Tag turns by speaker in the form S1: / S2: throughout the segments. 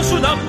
S1: 재미있어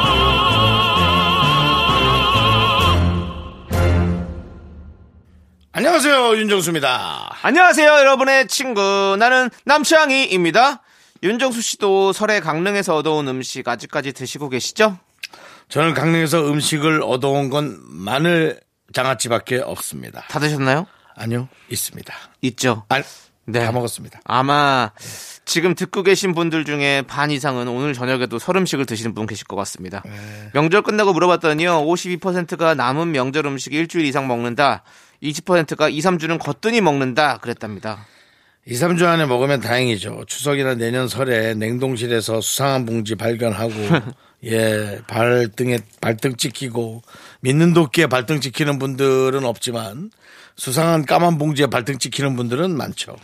S2: 안녕하세요 윤정수입니다.
S3: 안녕하세요, 여러분의 친구. 나는 남창희입니다. 윤정수 씨도 설에 강릉에서 얻어온 음식 아직까지 드시고 계시죠?
S2: 저는 강릉에서 음식을 얻어온 건 마늘 장아찌밖에 없습니다.
S3: 다 드셨나요?
S2: 아니요 있습니다.
S3: 있죠.
S2: 아니,
S3: 네.
S2: 다 먹었습니다.
S3: 아마 지금 듣고 계신 분들 중에 반 이상은 오늘 저녁에도 설 음식을 드시는 분 계실 것 같습니다.
S2: 네.
S3: 명절 끝나고 물어봤더니요. 52%가 남은 명절 음식 일주일 이상 먹는다. 20%가 2, 3주는 거뜬히 먹는다. 그랬답니다.
S2: 2, 3주 안에 먹으면 다행이죠. 추석이나 내년 설에 냉동실에서 수상한 봉지 발견하고, 예, 발등에, 발등 찍히고, 믿는 도끼에 발등 찍히는 분들은 없지만, 수상한 까만 봉지에 발등 찍히는 분들은 많죠.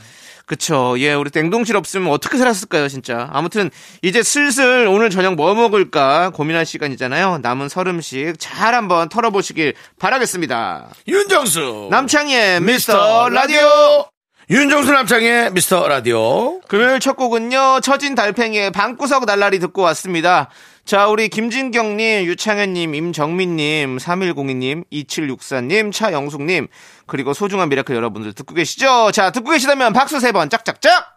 S3: 그쵸. 예, 우리 냉동실 없으면 어떻게 살았을까요, 진짜. 아무튼, 이제 슬슬 오늘 저녁 뭐 먹을까 고민할 시간이잖아요. 남은 설 음식 잘 한번 털어보시길 바라겠습니다.
S2: 윤정수!
S3: 남창희의 어, 미스터
S2: 미스터
S3: 라디오!
S2: 윤정수 남창의 미스터 라디오.
S3: 금요일 첫 곡은요, 처진 달팽이의 방구석 날라리 듣고 왔습니다. 자, 우리 김진경님, 유창현님, 임정민님, 3102님, 2764님, 차영숙님, 그리고 소중한 미라클 여러분들 듣고 계시죠? 자, 듣고 계시다면 박수 세 번 짝짝짝!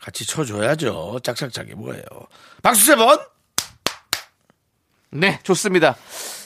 S2: 같이 쳐줘야죠. 짝짝짝이 뭐예요. 박수 세 번!
S3: 네, 좋습니다.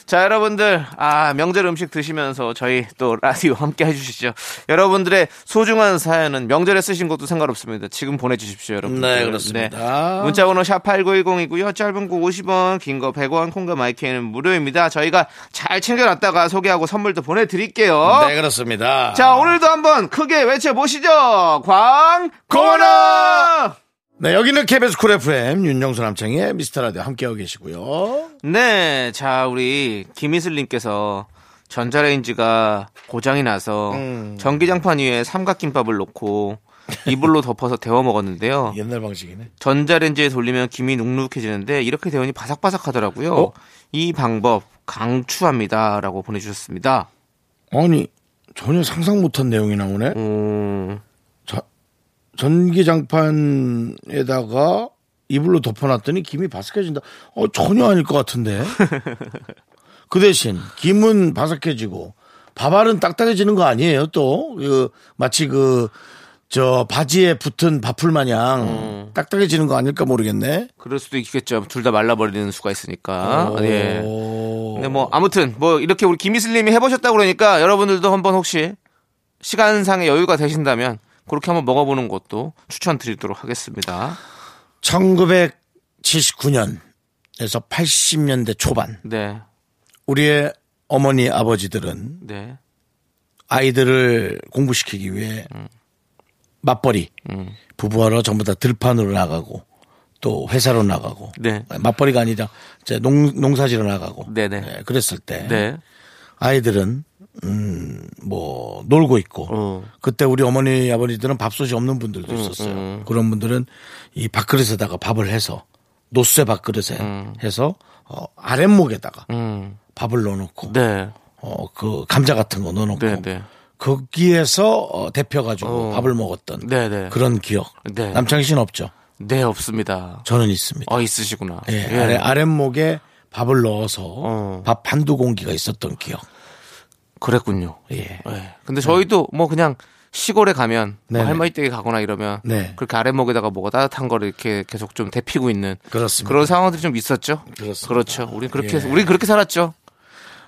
S3: 자, 여러분들, 아, 명절 음식 드시면서 저희 또 라디오 함께 해주시죠. 여러분들의 소중한 사연은 명절에 쓰신 것도 상관없습니다. 지금 보내주십시오, 여러분.
S2: 네, 그렇습니다.
S3: 문자번호 샵8910이고요. 짧은 거 50원, 긴 거 100원, 콩과 마이크는 무료입니다. 저희가 잘 챙겨놨다가 소개하고 선물도 보내드릴게요.
S2: 네, 그렇습니다.
S3: 자, 오늘도 한번 크게 외쳐보시죠. 광고나!
S2: 네, 여기는 KBS 쿨 FM 윤정수 남창의 미스터 라디오 함께하고 계시고요.
S3: 네, 자 우리 김희슬님께서 전자레인지가 고장이 나서 전기장판 위에 삼각김밥을 놓고 이불로 덮어서 데워 먹었는데요.
S2: 옛날 방식이네.
S3: 전자레인지에 돌리면 김이 눅눅해지는데 이렇게 데우니 바삭바삭하더라고요. 이 방법 강추합니다라고 보내주셨습니다.
S2: 아니 전혀 상상 못한 내용이 나오네.
S3: 음,
S2: 자, 전기장판에다가 이불로 덮어놨더니 김이 바삭해진다. 어 전혀 아닐 것 같은데. 그 대신 김은 바삭해지고 밥알은 딱딱해지는 거 아니에요? 또 그, 마치 그 저 바지에 붙은 밥풀 마냥 딱딱해지는 거 아닐까 모르겠네.
S3: 그럴 수도 있겠죠. 둘 다 말라버리는 수가 있으니까. 예.
S2: 오.
S3: 근데 뭐 아무튼 뭐 이렇게 우리 김희슬님이 해보셨다 고 그러니까 여러분들도 한번 혹시 시간상의 여유가 되신다면 그렇게 한번 먹어보는 것도 추천드리도록 하겠습니다.
S2: 1979년에서 80년대 초반
S3: 네,
S2: 우리의 어머니 아버지들은
S3: 네,
S2: 아이들을 공부시키기 위해 맞벌이 부부하러 전부 다 들판으로 나가고 또 회사로 나가고
S3: 네.
S2: 맞벌이가 아니라 이제 농, 농사지러 나가고
S3: 네네.
S2: 예, 그랬을 때
S3: 네.
S2: 아이들은 음, 뭐 놀고 있고
S3: 어. 음,
S2: 그때 우리 어머니 아버지들은 밥솥이 없는 분들도 있었어요. 그런 분들은 이 밥그릇에다가 밥을 해서 노쇠 밥그릇에 해서 어, 아랫목에다가
S3: 음,
S2: 밥을 넣어놓고
S3: 네,
S2: 어, 그 감자 같은 거 넣어놓고
S3: 네, 네.
S2: 거기에서 어, 데펴가지고 밥을 먹었던
S3: 네, 네.
S2: 그런 기억.
S3: 네.
S2: 남창희 씨는 없죠.
S3: 네 없습니다.
S2: 저는 있습니다.
S3: 어 있으시구나.
S2: 예,
S3: 예.
S2: 아래, 아랫목에 밥을 넣어서
S3: 어.
S2: 밥 한두 공기가 있었던 기억.
S3: 그랬군요.
S2: 예. 네.
S3: 예. 근데 저희도 뭐 그냥 시골에 가면 뭐
S2: 네네.
S3: 할머니 댁에 가거나 이러면
S2: 네.
S3: 그렇게 아랫목에다가 뭐가 따뜻한 거를 이렇게 계속 좀 데피고 있는
S2: 그렇습니다.
S3: 런 상황들이 좀 있었죠.
S2: 그렇습니다.
S3: 그렇죠. 우린 그렇게
S2: 예.
S3: 해서- 우린 그렇게 살았죠.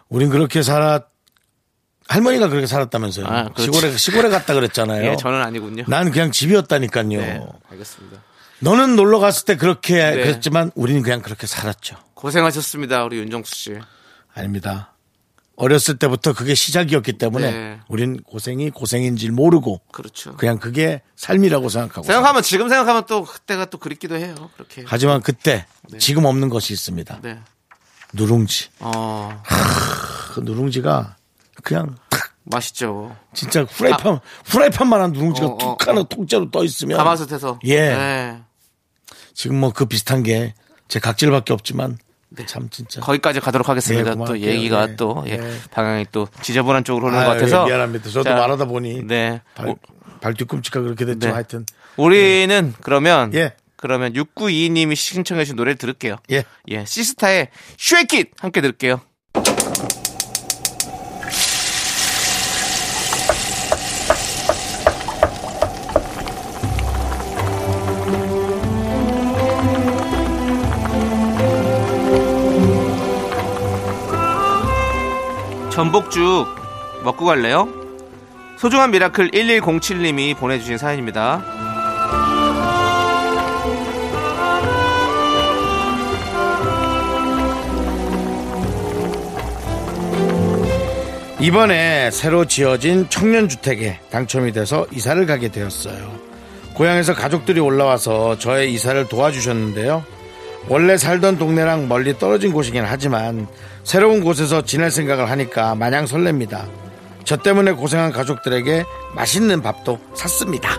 S2: 우린 그렇게 살았, 할머니가 그렇게 살았다면서요.
S3: 아, 그렇죠.
S2: 시골에, 시골에 갔다 그랬잖아요.
S3: 예, 저는 아니군요.
S2: 난 그냥 집이었다니까요.
S3: 네, 알겠습니다.
S2: 너는 놀러 갔을 때 그렇게 그랬지만 우리는 그냥 그렇게 살았죠.
S3: 고생하셨습니다, 우리 윤정수 씨.
S2: 아닙니다. 어렸을 때부터 그게 시작이었기 때문에
S3: 네.
S2: 우린 고생이 고생인 줄 모르고
S3: 그렇죠.
S2: 그냥 그게 삶이라고 생각하고.
S3: 생각하면 지금 생각하면 또 그때가 또 그립기도 해요. 그렇게.
S2: 하지만 그때 지금 없는 것이 있습니다.
S3: 네.
S2: 누룽지.
S3: 어.
S2: 그 누룽지가 그냥 탁
S3: 맛있죠.
S2: 진짜 후라이팬 후라이팬만한 누룽지가
S3: 어, 어,
S2: 툭 하나 통째로 떠 있으면
S3: 가마솥에서.
S2: 예.
S3: 네.
S2: 지금 뭐 그 비슷한 게 제 각질밖에 없지만 참 진짜
S3: 네. 거기까지 가도록 하겠습니다.
S2: 네,
S3: 또
S2: 고마워요.
S3: 얘기가
S2: 네.
S3: 또 예,
S2: 네.
S3: 방향이 또 지저분한 쪽으로 오는
S2: 아유, 예,
S3: 것 같아서
S2: 미안합니다. 저도
S3: 자,
S2: 말하다 보니
S3: 네.
S2: 발,
S3: 오-
S2: 발 뒤꿈치가 그렇게 됐죠.
S3: 네.
S2: 하여튼
S3: 우리는 그러면
S2: 예.
S3: 그러면 6922님이 신청해 주신 노래를 들을게요.
S2: 예.
S3: 예, 시스타의 쉐킷 함께 들을게요. 전복죽 먹고 갈래요? 소중한 미라클 1107님이 보내주신 사연입니다.
S2: 이번에 새로 지어진 청년주택에 당첨이 돼서 이사를 가게 되었어요. 고향에서 가족들이 올라와서 저의 이사를 도와주셨는데요. 원래 살던 동네랑 멀리 떨어진 곳이긴 하지만 새로운 곳에서 지낼 생각을 하니까 마냥 설렙니다. 저 때문에 고생한 가족들에게 맛있는 밥도 샀습니다.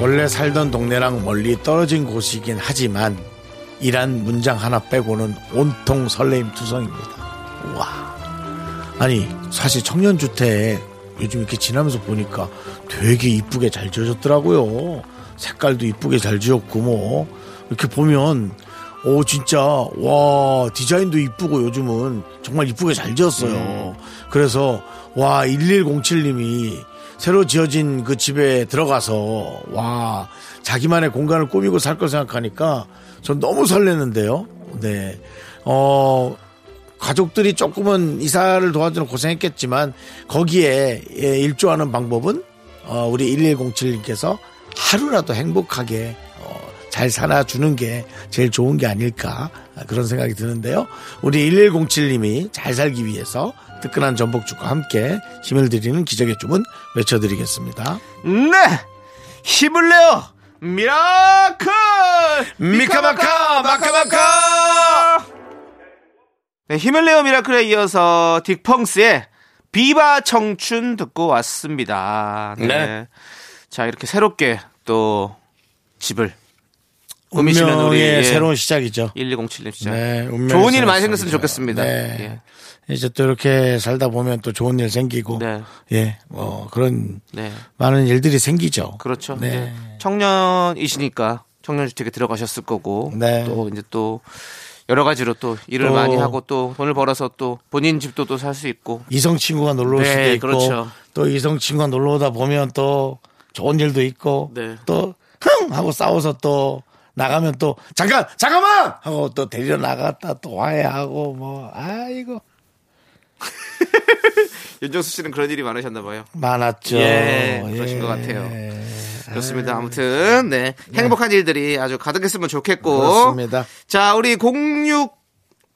S2: 원래 살던 동네랑 멀리 떨어진 곳이긴 하지만 이란 문장 하나 빼고는 온통 설레임 투성입니다. 와. 아니, 사실 청년주택 요즘 이렇게 지나면서 보니까 되게 이쁘게 잘 지어졌더라고요. 색깔도 이쁘게 잘 지었고 뭐 이렇게 보면 오 진짜 와 디자인도 이쁘고 요즘은 정말 이쁘게 잘 지었어요. 그래서 와 1107님이 새로 지어진 그 집에 들어가서 와 자기만의 공간을 꾸미고 살 걸 생각하니까 전 너무 설레는데요. 네. 어 가족들이 조금은 이사를 도와주는 고생했겠지만 거기에 예, 일조하는 방법은 어, 우리 1107님께서 하루라도 행복하게 어, 잘 살아주는 게 제일 좋은 게 아닐까 아, 그런 생각이 드는데요. 우리 1107님이 잘 살기 위해서 뜨끈한 전복죽과 함께 힘을 드리는 기적의 주문 외쳐드리겠습니다.
S3: 네! 힘을 내요! 미라클!
S2: 미카마카 마카마카
S3: 네, 힘을 내요 미라클에 이어서 딕펑스의 비바 청춘 듣고 왔습니다. 네.
S2: 네.
S3: 자, 이렇게 새롭게 또 집을 꾸미시는 우리
S2: 운명의
S3: 예,
S2: 새로운 시작이죠.
S3: 1107님 진짜.
S2: 네, 운명의
S3: 좋은 일 많이
S2: 새로운
S3: 생겼으면
S2: 시작이죠.
S3: 좋겠습니다.
S2: 네.
S3: 예.
S2: 이제 또 이렇게 살다 보면 또 좋은 일 생기고
S3: 네.
S2: 예, 뭐 그런
S3: 네.
S2: 많은 일들이 생기죠.
S3: 그렇죠.
S2: 네.
S3: 이제 청년이시니까 청년주택에 들어가셨을 거고
S2: 네.
S3: 또 이제 또 여러 가지로 또 일을
S2: 또-
S3: 많이 하고 또 돈을 벌어서 또 본인 집도 또 살 수 있고
S2: 이성 친구가 놀러 올
S3: 네,
S2: 수도 있고
S3: 그렇죠.
S2: 또 이성 친구가 놀러 오다 보면 또 좋은 일도 있고
S3: 네.
S2: 또흥 하고 싸워서 또 나가면 또 잠깐 잠깐만 하고 또 데리러 나갔다 또 화해하고 뭐 아이고
S3: 윤정수 씨는 그런 일이 많으셨나 봐요.
S2: 많았죠.
S3: 예, 그러신 것 같아요. 그렇습니다. 아무튼 네 행복한 일들이 아주 가득했으면 좋겠고
S2: 그렇습니다.
S3: 자 우리 06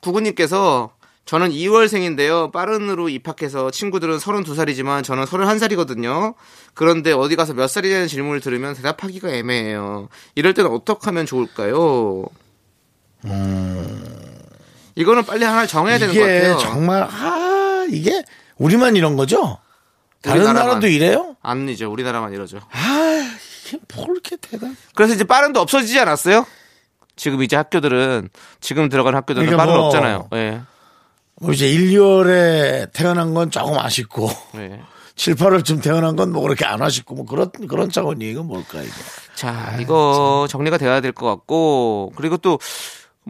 S3: 구구님께서 저는 2월생인데요. 빠른으로 입학해서 친구들은 32살이지만 저는 31살이거든요. 그런데 어디 가서 몇 살이냐는 질문을 들으면 대답하기가 애매해요. 이럴 때는 어떻게 하면 좋을까요? 이거는 빨리 하나 정해야 되는 것
S2: 음. 이게
S3: 같아요.
S2: 정말 아 이게 우리만 이런 거죠? 다른
S3: 우리나라만.
S2: 나라도 이래요?
S3: 아니죠. 우리나라만 이러죠.
S2: 아 이게 뭘 이렇게 대단?
S3: 그래서 이제 빠른도 없어지지 않았어요? 지금 이제 학교들은 지금 들어간 학교들은
S2: 그러니까
S3: 빠른
S2: 뭐-
S3: 없잖아요. 예.
S2: 뭐 이제 1, 2월에 태어난 건 조금 아쉽고
S3: 예.
S2: 7, 8월쯤 태어난 건 뭐 그렇게 안 아쉽고 뭐 그런 그런 차원이 이건 뭘까 이게? 아,
S3: 자, 이거 정리가 되어야 될 것 같고 그리고 또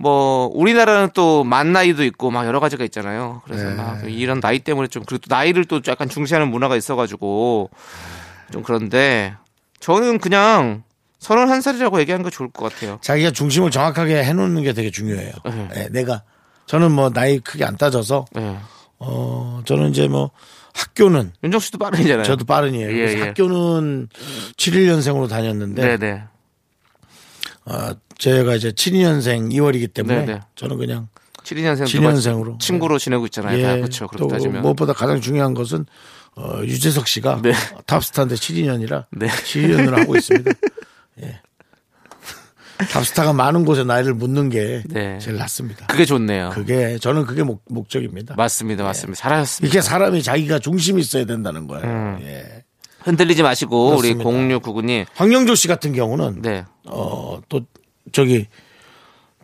S3: 뭐 우리나라는 또 만 나이도 있고 막 여러 가지가
S2: 네.
S3: 있잖아요. 그래서 막 이런 나이 때문에 좀 그리고 또 나이를 또 약간 중시하는 문화가 있어가지고 좀 그런데 저는 그냥 31살이라고 얘기하는 게 좋을 것 같아요.
S2: 자기가 중심을 정확하게 해놓는 게 되게 중요해요.
S3: 음.
S2: 예, 내가 저는 뭐 나이 크게 안 따져서
S3: 예.
S2: 어 저는 이제 뭐 학교는
S3: 윤정 씨도 빠른이잖아요.
S2: 저도 빠른이에요.
S3: 예,
S2: 그래서
S3: 예.
S2: 학교는 71년생으로 다녔는데
S3: 네, 네.
S2: 어, 제가 이제 72년생 2월이기 때문에
S3: 네네.
S2: 저는 그냥
S3: 7인년생
S2: 7년생으로.
S3: 친구로 지내고 있잖아요. 다
S2: 예,
S3: 그렇죠.
S2: 또
S3: 그렇게 따지면
S2: 무엇보다 가장 중요한 것은 어, 유재석 씨가
S3: 네.
S2: 탑스타인데 7인연이라
S3: 네.
S2: 7인연을 하고 있습니다. 예. 탑스타가 많은 곳에 나이를 묻는 게
S3: 네.
S2: 제일 낫습니다.
S3: 그게 좋네요.
S2: 그게 네. 저는 그게 목, 목적입니다.
S3: 맞습니다, 맞습니다. 잘하셨습니다.
S2: 이게 사람이 자기가 중심이 있어야 된다는 거예요.
S3: 음.
S2: 예.
S3: 흔들리지 마시고
S2: 그렇습니다.
S3: 우리 0699님
S2: 황영조 씨 같은 경우는
S3: 네.
S2: 어, 또 저기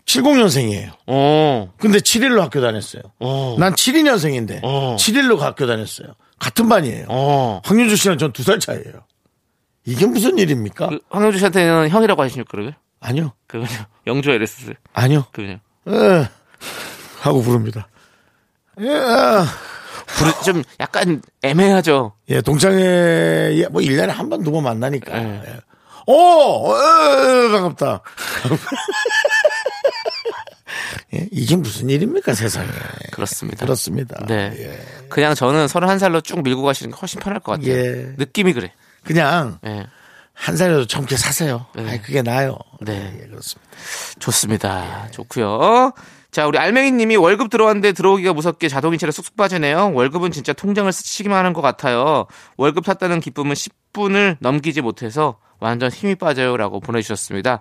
S2: 70년생이에요.
S3: 어.
S2: 근데 7일로 학교 다녔어요.
S3: 어.
S2: 난 72년생인데
S3: 어.
S2: 7일로 학교 다녔어요. 같은 반이에요.
S3: 어.
S2: 황윤주 씨랑 전 두 살 차이예요. 이게 무슨 일입니까?
S3: 그 황영주 씨한테는 형이라고 하시니까 그러게.
S2: 아니요,
S3: 그거요. 영주 에레스.
S2: 아니요.
S3: 그거요.
S2: 에. 하고 부릅니다. 예,
S3: 부르- 좀 약간 애매하죠.
S2: 예, 동창회 예, 뭐 1년에 한 번, 두 번 만나니까.
S3: 예.
S2: 예. 오! 에, 어, 반갑다. 예, 이게 무슨 일입니까, 세상에.
S3: 그렇습니다.
S2: 그렇습니다.
S3: 네.
S2: 예.
S3: 그냥 저는 31살로 쭉 밀고 가시는 게 훨씬 편할 것 같아요.
S2: 예.
S3: 느낌이 그래.
S2: 그냥
S3: 예.
S2: 한 살이라도 젊게 사세요.
S3: 네.
S2: 아이, 그게 나아요.
S3: 네.
S2: 예, 그렇습니다. 예.
S3: 좋습니다. 좋고요. 자, 우리 알맹이 님이 월급 들어왔는데 들어오기가 무섭게 자동이체로 쑥쑥 빠지네요. 월급은 진짜 통장을 스치기만 하는 것 같아요. 월급 탔다는 기쁨은 10분을 넘기지 못해서 완전 힘이 빠져요라고 보내주셨습니다.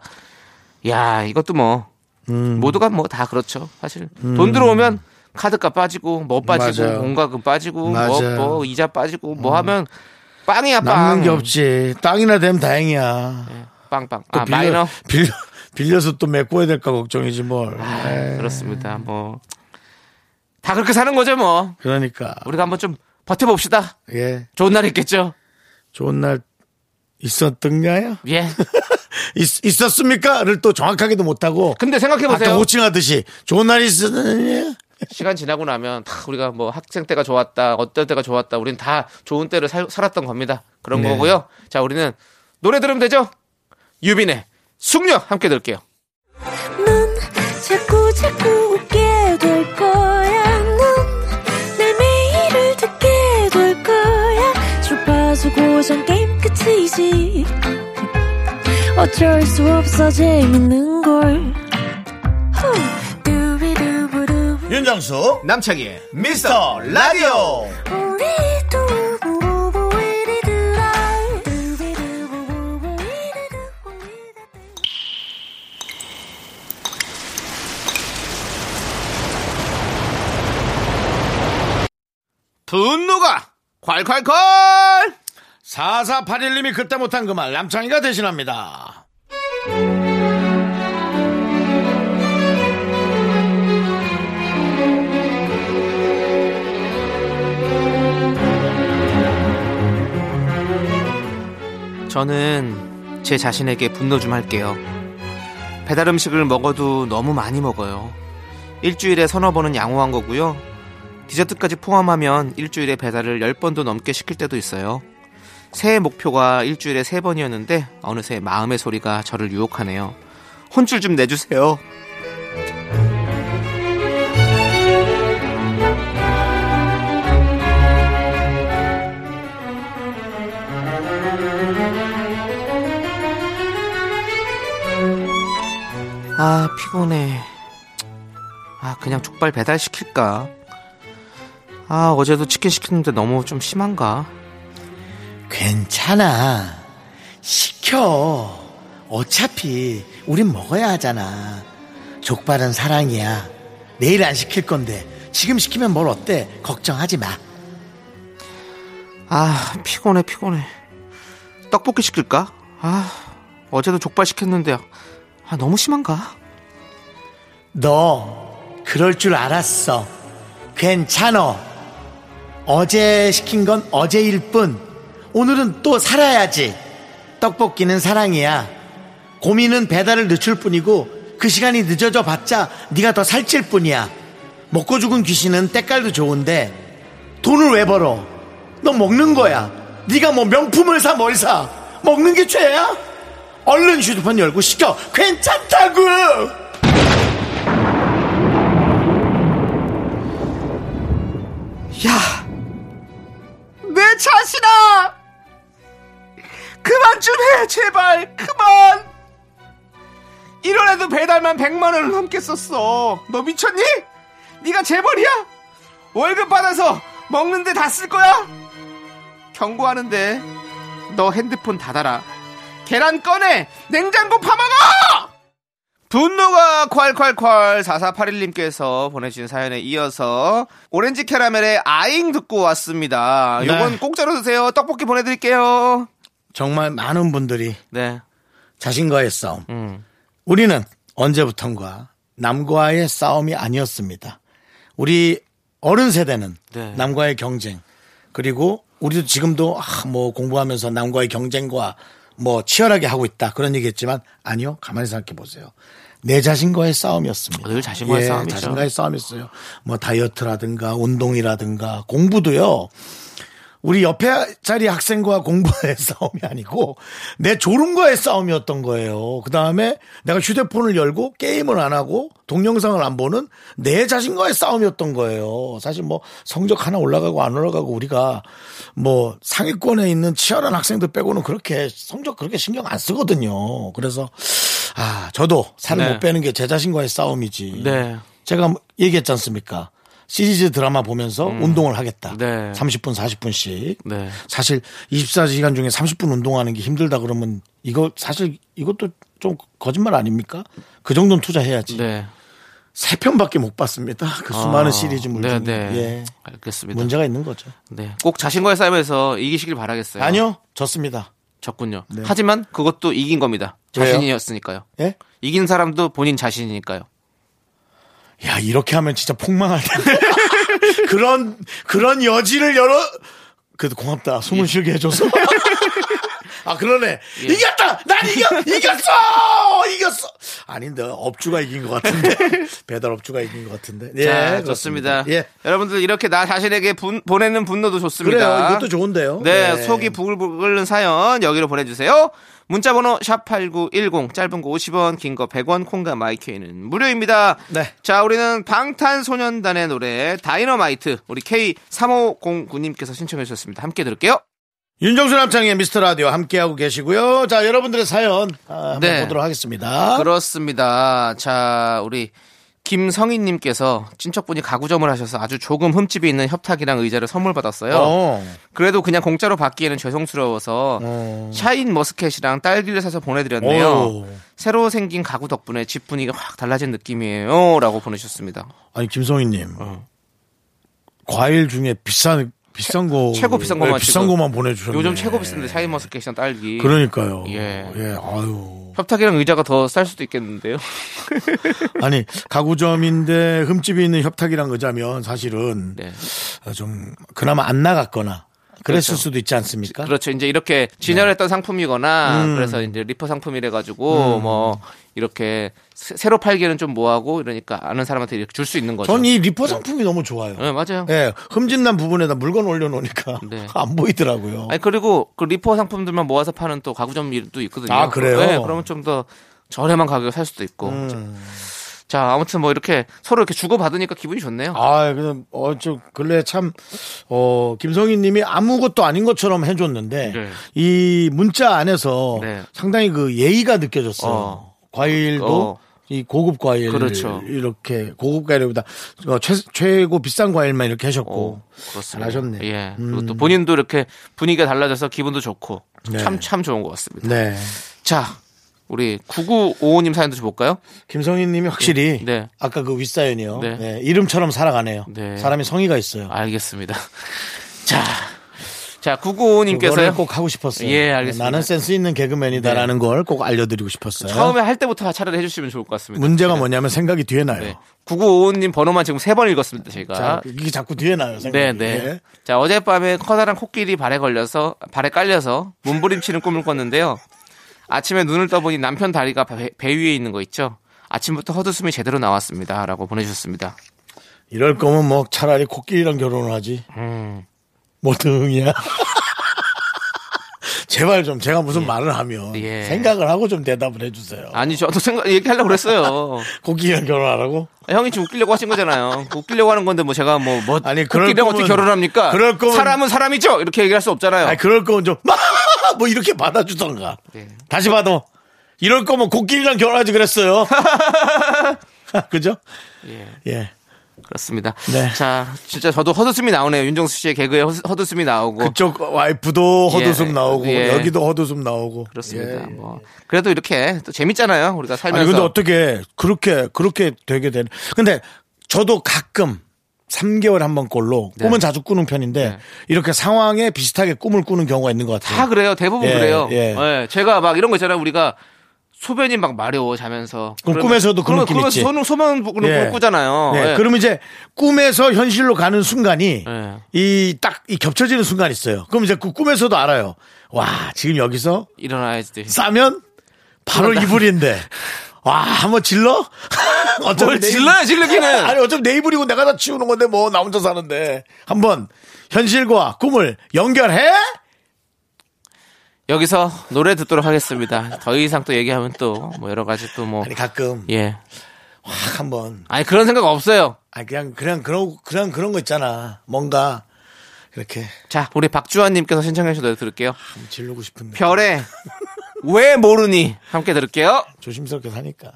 S3: 야, 이것도 뭐
S2: 음.
S3: 모두가 뭐 다 그렇죠. 사실 돈 들어오면 카드값 빠지고 뭐 빠지고
S2: 맞아요.
S3: 공과금 빠지고 뭐,
S2: 맞아요. 음.
S3: 뭐 이자 빠지고 뭐 하면 빵이야 빵.
S2: 남는 게 없지. 땅이나 되면 다행이야.
S3: 빵빵.
S2: 또
S3: 아, 마이너.
S2: 빌려, 빌려서 또 메꿔야 될까 걱정이지 뭘.
S3: 네.
S2: 에이,
S3: 아, 그렇습니다. 뭐. 다 그렇게 사는 거죠, 뭐.
S2: 그러니까.
S3: 우리가 한번 좀 버텨봅시다.
S2: 예.
S3: 좋은 날 있겠죠?
S2: 좋은 날 있었던가요?
S3: 예.
S2: 있, 있었습니까?를 또 정확하게도 못하고.
S3: 근데
S2: 아까
S3: 생각해보세요.
S2: 호칭하듯이 좋은 날 있었느냐?
S3: 시간 지나고 나면 다 우리가 뭐 학생 때가 좋았다, 어떨 때가 좋았다, 우린 다 좋은 때를 살, 살았던 겁니다. 그런
S2: 네.
S3: 거고요. 자, 우리는 노래 들으면 되죠? 유빈의 숙녀 함께 들을게요.
S4: 넌 자꾸 자꾸 웃게 될 거야. 넌내 매일을 듣게 될 거야. 주파수 고정 게임 끝이지. 어쩔 수 없어 재밌는 걸. 후. 두비두부두.
S2: 윤정수,
S3: 남창희의
S2: 미스터 라디오!
S4: 우리 두부부부 우리들아. 두비두부부부 우리들아. 우리들아.
S3: 분노가 콸콸콸!
S2: 4481님이 그때 못한 그 말, 남창희가 대신합니다.
S3: 저는 제 자신에게 분노 좀 할게요. 배달 음식을 먹어도 너무 많이 먹어요. 일주일에 서너 번은 양호한 거고요. 디저트까지 포함하면 일주일에 배달을 10번도 넘게 시킬 때도 있어요. 새해 목표가 일주일에 3번이었는데 어느새 마음의 소리가 저를 유혹하네요. 혼쭐 좀 내주세요. 아 피곤해 아 그냥 족발 배달 시킬까 아 어제도 치킨 시켰는데 너무 좀 심한가
S2: 괜찮아. 시켜. 어차피 우린 먹어야 하잖아. 족발은 사랑이야. 내일 안 시킬 건데 지금 시키면 뭘 어때? 걱정하지 마.
S3: 아 피곤해 피곤해 떡볶이 시킬까 아 어제도 족발 시켰는데 아 너무 심한가
S2: 너 그럴 줄 알았어. 괜찮어. 어제 시킨 건 어제일 뿐. 오늘은 또 살아야지. 떡볶이는 사랑이야. 고민은 배달을 늦출 뿐이고 그 시간이 늦어져 봤자 네가 더 살찔 뿐이야. 먹고 죽은 귀신은 때깔도 좋은데 돈을 왜 벌어? 너 먹는 거야. 네가 뭐 명품을 사 뭘 사? 먹는 게 죄야? 얼른 휴대폰 열고 시켜. 괜찮다고.
S3: 야 내 자신아 그만 좀 해 제발 그만 1월에도 배달만 100만 원을 넘게 썼어 너 미쳤니 네가 재벌이야? 월급 받아서 먹는데 다 쓸 거야? 경고하는데 너 핸드폰 닫아라. 계란 꺼내! 냉장고 파먹어! 분노가 콸콸콸 4481님께서 보내주신 사연에 이어서 오렌지 캐러멜의 아잉 듣고 왔습니다.
S2: 네.
S3: 요건 공짜로 드세요. 떡볶이 보내드릴게요.
S2: 정말 많은 분들이
S3: 네.
S2: 자신과의 싸움.
S3: 음.
S2: 우리는 언제부턴가 남과의 싸움이 아니었습니다. 우리 어른 세대는
S3: 네.
S2: 남과의 경쟁 그리고 우리도 지금도 아, 뭐 공부하면서 남과의 경쟁과 뭐 치열하게 하고 있다 그런 얘기했지만 아니요 가만히 생각해 보세요. 내 자신과의 싸움이었습니다.
S3: 아,
S2: 예,
S3: 늘 자신과의 싸움이죠.
S2: 자신과의 싸움이었어요. 뭐 다이어트라든가 운동이라든가 공부도요. 우리 옆에 자리 학생과 공부의 싸움이 아니고 내 졸음과의 싸움이었던 거예요. 그 다음에 내가 휴대폰을 열고 게임을 안 하고 동영상을 안 보는 내 자신과의 싸움이었던 거예요. 사실 뭐 성적 하나 올라가고 안 올라가고 우리가 뭐 상위권에 있는 치열한 학생들 빼고는 그렇게 성적 그렇게 신경 안 쓰거든요. 그래서 아 저도 살을
S3: 네.
S2: 못 빼는 게 제 자신과의 싸움이지.
S3: 네.
S2: 제가 얘기했지 않습니까? 시리즈 드라마 보면서 운동을 하겠다.
S3: 음. 네.
S2: 30분, 40분씩.
S3: 네.
S2: 사실 24시간 중에 30분 운동하는 게 힘들다 그러면 이거 사실 이것도 좀 거짓말 아닙니까? 그 정도는 투자해야지.
S3: 네.
S2: 세 편밖에 못 봤습니다. 그 수많은 시리즈물
S3: 네,
S2: 중에.
S3: 네.
S2: 예.
S3: 알겠습니다.
S2: 문제가 있는 거죠.
S3: 네. 꼭 자신과의 싸움에서 이기시길 바라겠어요.
S2: 아니요. 졌습니다.
S3: 졌군요.
S2: 네.
S3: 하지만 그것도 이긴 겁니다.
S2: 왜요?
S3: 자신이었으니까요.
S2: 예?
S3: 이긴 사람도 본인 자신이니까요.
S2: 야, 이렇게 하면 진짜 폭망할 텐데. 그런 그런 여지를 열어 그래도 고맙다. 숨을 쉬게 해줘서. 아 그러네. 이겼다. 난 이겨 이겼어. 이겼어. 아닌데 업주가 이긴 것 같은데 배달 업주가 이긴 것 같은데. 예,
S3: 자,
S2: 그렇습니다.
S3: 좋습니다.
S2: 예.
S3: 여러분들 이렇게 나 자신에게 분- 보내는 분노도 좋습니다.
S2: 그래요. 이것도 좋은데요.
S3: 네,
S2: 예.
S3: 속이 부글부글 끓는 사연 여기로 보내주세요. 문자번호 샵 #8910 짧은 거 50원, 긴 거 100원, 콩과 마이케이는 무료입니다.
S2: 네.
S3: 자, 우리는 방탄소년단의 노래 다이너마이트 우리 K3509님께서 신청해 주셨습니다. 함께 들을게요.
S2: 윤정수 남창의 미스터 라디오 함께하고 계시고요. 자 여러분들의 사연 아, 한번
S3: 네.
S2: 보도록 하겠습니다.
S3: 그렇습니다. 자, 우리 김성희님께서 친척분이 가구점을 하셔서 아주 조금 흠집이 있는 협탁이랑 의자를 선물 받았어요.
S2: 어.
S3: 그래도 그냥 공짜로 받기에는 죄송스러워서
S2: 어.
S3: 샤인 머스켓이랑 딸기를 사서 보내드렸네요.
S2: 오.
S3: 새로 생긴 가구 덕분에 집 분위기가 확 달라진 느낌이에요라고 보내주셨습니다.
S2: 아니 김성희님
S3: 어.
S2: 과일 중에 비싼 비싼 거
S3: 최고 비싼 것만
S2: 네, 비싼
S3: 지금.
S2: 거만 보내주셨네.
S3: 요즘 최고 비싼데 샤인 머스켓이랑 딸기.
S2: 그러니까요.
S3: 예.
S2: 예. 아유.
S3: 협탁이랑 의자가 더 쌀 수도 있겠는데요.
S2: 아니 가구점인데 흠집이 있는 협탁이랑 의자면 사실은 어,
S3: 네.
S2: 좀 그나마 안 나갔거나 그랬을
S3: 그렇죠.
S2: 수도 있지 않습니까? 네. 음.
S3: 그렇죠. 이제 이렇게 진열했던 상품이거나 그래서 이제 리퍼 상품이래 가지고 뭐 이렇게 새- 새로 팔기는 좀 뭐하고 이러니까 아는 사람한테 이렇게 줄 수 있는 거죠.
S2: 전 이 리퍼 상품이 너무 좋아요.
S3: 네, 맞아요.
S2: 예, 흠집난 부분에다 물건 올려놓으니까
S3: 네.
S2: 안 보이더라고요.
S3: 아니 그리고 그 리퍼 상품들만 모아서 파는 또 가구점도 있거든요.
S2: 아, 그래요?
S3: 네, 그러면 좀 더 저렴한 가격에 살 수도 있고.
S2: 음.
S3: 자, 아무튼 뭐 이렇게 서로 이렇게 주고 받으니까 기분이 좋네요.
S2: 아, 그냥 어좀 근래 참 어, 김성희님이 아무것도 아닌 것처럼 해줬는데
S3: 네.
S2: 이 문자 안에서
S3: 네.
S2: 상당히 그 예의가 느껴졌어요.
S3: 어.
S2: 과일도
S3: 어.
S2: 이 고급 과일
S3: 그렇죠.
S2: 이렇게 고급 과일보다 어, 최, 최고 비싼 과일만 이렇게 하셨고
S3: 오, 그렇습니다.
S2: 잘하셨네. 음.
S3: 예. 그리고 또 본인도 이렇게 분위기가 달라져서 기분도 좋고
S2: 네.
S3: 참 참 좋은 것 같습니다.
S2: 네.
S3: 자, 우리 9955님 사연도 좀 볼까요?
S2: 김성희님이 확실히
S3: 네.
S2: 아까 그 윗사연이요.
S3: 네.
S2: 네, 이름처럼 살아가네요.
S3: 네.
S2: 사람이 성의가 있어요.
S3: 알겠습니다. 자, 자 9955님께서요.
S2: 그거를 꼭 하고 싶었어요.
S3: 예, 알겠습니다. 네.
S2: 나는 센스 있는 개그맨이다라는 걸 꼭 알려드리고 싶었어요.
S3: 처음에 할 때부터 차라리 해주시면 좋을 것 같습니다.
S2: 문제가 뭐냐면 생각이 뒤에 나요.
S3: 네. 9955님 번호만 지금 세 번 읽었습니다, 저희가.
S2: 자, 이게 예. 자꾸 뒤에 나요. 생각이.
S3: 네, 네. 자, 어젯밤에 커다란 코끼리 발에 걸려서, 발에 깔려서 몸부림치는 꿈을 꿨는데요. 아침에 눈을 떠보니 남편 다리가 배, 배 위에 있는 거 있죠? 아침부터 헛웃음이 제대로 나왔습니다. 라고 보내주셨습니다.
S2: 이럴 거면 뭐 차라리 코끼리랑 결혼을 하지.
S3: 음.
S2: 뭐 등이야. 제발 좀 제가 무슨 말을 하면
S3: 예.
S2: 생각을 하고 좀 대답을 해주세요.
S3: 아니, 저도 생각, 얘기하려고 그랬어요.
S2: 코끼리랑 결혼하라고?
S3: 형이 지금 웃기려고 하신 거잖아요. 웃기려고 하는 건데 뭐 제가 뭐, 뭐,
S2: 아니, 그럴
S3: 코끼리랑
S2: 거면-
S3: 어떻게 결혼합니까?
S2: 그럴 거면-
S3: 사람은 사람이죠? 이렇게 얘기할 수 없잖아요.
S2: 아니 그럴 거면 좀 뭐 이렇게 받아주던가.
S3: 네.
S2: 다시 받아. 이럴 거면 코끼리랑 결혼하지 그랬어요. 그죠?
S3: 예.
S2: 예.
S3: 그렇습니다.
S2: 네.
S3: 자, 진짜 저도 헛웃음이 나오네요. 윤정수 씨의 개그에 헛- 헛웃음이 나오고.
S2: 그쪽 와이프도 헛웃음
S3: 뭐. 예,
S2: 나오고
S3: 예.
S2: 여기도 헛웃음 나오고
S3: 그렇습니다.
S2: 예.
S3: 뭐 그래도 이렇게 또 재밌잖아요. 우리가 살면서
S2: 아니 근데 어떻게 그렇게 그렇게 되게 되는 근데 저도 가끔 3개월 한 번 꼴로
S3: 네.
S2: 꿈은 자주 꾸는 편인데 이렇게 상황에 비슷하게 꿈을 꾸는 경우가 있는 것 같아요.
S3: 다 그래요. 대부분
S2: 예,
S3: 그래요.
S2: 예.
S3: 예. 제가 막 이런 거 있잖아요. 우리가 소변이 막 마려워 자면서.
S2: 그럼
S3: 그러면-
S2: 꿈에서도 그런
S3: 그러면
S2: 느낌
S3: 꿈에서
S2: 있지?
S3: 소는 소변 보는
S2: 예.
S3: 예. 꾸잖아요.
S2: 네,
S3: 예.
S2: 그러면 이제 꿈에서 현실로 가는 순간이
S3: 네.
S2: 이 딱 이 겹쳐지는 순간 있어요. 그럼 이제 그 꿈에서도 알아요. 와 지금 여기서
S3: 일어나야지.
S2: 싸면 바로 이불인데 와 한번 질러? 어차피
S3: 뭘
S2: 내 이불-
S3: 질러요, 질르기는.
S2: 아니 어차피 내 이불이고 내가 다 치우는 건데 뭐 나 혼자 사는데 한번 현실과 꿈을 연결해?
S3: 여기서 노래 듣도록 하겠습니다. 더 이상 또 얘기하면 또 뭐 여러 가지 또 뭐.
S2: 아니 가끔
S3: 예.
S2: 확 한번
S3: 아니 그런 생각 없어요.
S2: 아니 그냥 그냥 그런 그냥 그런 거 있잖아 뭔가 이렇게
S3: 자, 우리 박주환님께서 신청해 주신 노래 들을게요.
S2: 한번 질르고 싶은데
S3: 별에 왜 모르니 함께 들을게요.
S2: 조심스럽게 사니까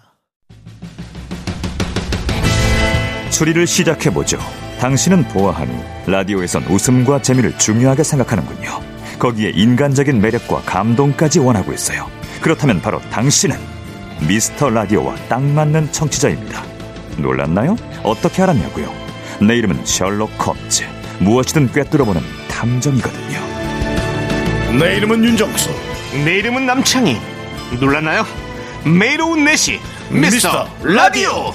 S5: 추리를 시작해보죠. 당신은 보아하니 라디오에선 웃음과 재미를 중요하게 생각하는군요. 거기에 인간적인 매력과 감동까지 원하고 있어요. 그렇다면 바로 당신은 미스터 라디오와 딱 맞는 청취자입니다. 놀랐나요? 어떻게 알았냐고요? 내 이름은 셜록 홈즈. 무엇이든 꿰뚫어보는 탐정이거든요.
S2: 내 이름은 윤정수
S6: 내 이름은 남창희. 놀랐나요? 매일 오후 4시 미스터 라디오.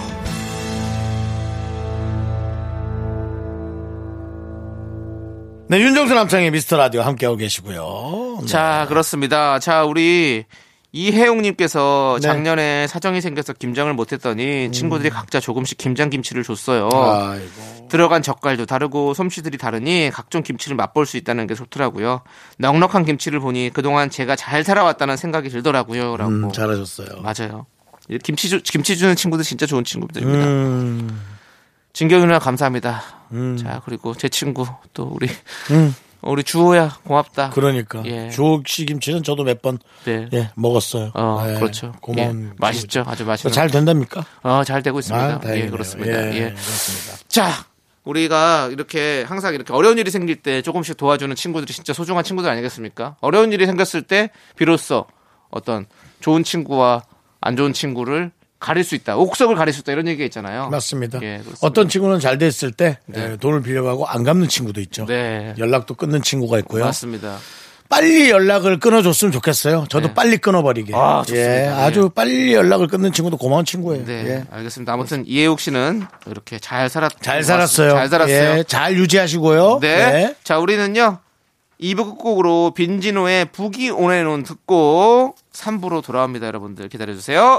S2: 네 윤정수 남창의 미스터 라디오 함께하고 계시고요 네.
S3: 자, 그렇습니다. 자, 우리 이혜용님께서
S2: 네. 음.
S3: 작년에 사정이 생겨서 김장을 못했더니 친구들이 각자 조금씩 김장 김치를 줬어요.
S2: 아이고
S3: 들어간 젓갈도 다르고 솜씨들이 다르니 각종 김치를 맛볼 수 있다는 게 좋더라고요. 넉넉한 김치를 보니 그동안 제가 잘 살아왔다는 생각이 들더라고요. 라고.
S2: 음, 잘하셨어요
S3: 맞아요. 이 김치, 주, 김치 주는 친구들 진짜 좋은 친구들입니다.
S2: 음,
S3: 진경 누나 감사합니다. 자 그리고 제 친구 또 우리 우리 주호야 고맙다.
S2: 음. 그러니까
S3: 예.
S2: 주옥씨 김치는 저도 몇번
S3: 네.
S2: 예, 먹었어요.
S3: 어
S2: 예,
S3: 그렇죠.
S2: 고마운.
S3: 예,
S2: 친구죠.
S3: 맛있죠. 아주 맛있는.
S2: 잘 된답니까?
S3: 어, 잘 되고 있습니다.
S2: 다행이네요.
S3: 예 그렇습니다.
S2: 예,
S3: 예.
S2: 그렇습니다.
S3: 자 우리가 이렇게 항상 이렇게 어려운 일이 생길 때 조금씩 도와주는 친구들이 진짜 소중한 친구들 아니겠습니까? 어려운 일이 생겼을 때 비로소 어떤 좋은 친구와 안 좋은 친구를 가릴 수 있다. 옥석을 가릴 수 있다 이런 얘기가 있잖아요.
S2: 맞습니다.
S3: 예, 그렇습니다.
S2: 어떤 친구는 잘 됐을 때 예, 돈을 빌려가고 안 갚는 친구도 있죠.
S3: 네.
S2: 연락도 끊는 친구가 있고요.
S3: 맞습니다.
S2: 빨리 연락을 끊어줬으면 좋겠어요. 저도
S3: 네.
S2: 빨리 끊어버리게.
S3: 아, 좋습니다.
S2: 예,
S3: 예.
S2: 아주 빨리 연락을 끊는 친구도 고마운 친구예요.
S3: 네,
S2: 예.
S3: 알겠습니다. 아무튼 이혜욱 씨는 이렇게 잘 살았
S2: 잘 살았어요.
S3: 잘 살았어요.
S2: 예, 잘 유지하시고요.
S3: 네.
S2: 네.
S3: 자, 우리는요. 2부 끝곡으로 빈지노의 북이 오네논 듣고 3부로 돌아옵니다, 여러분들. 기다려 주세요.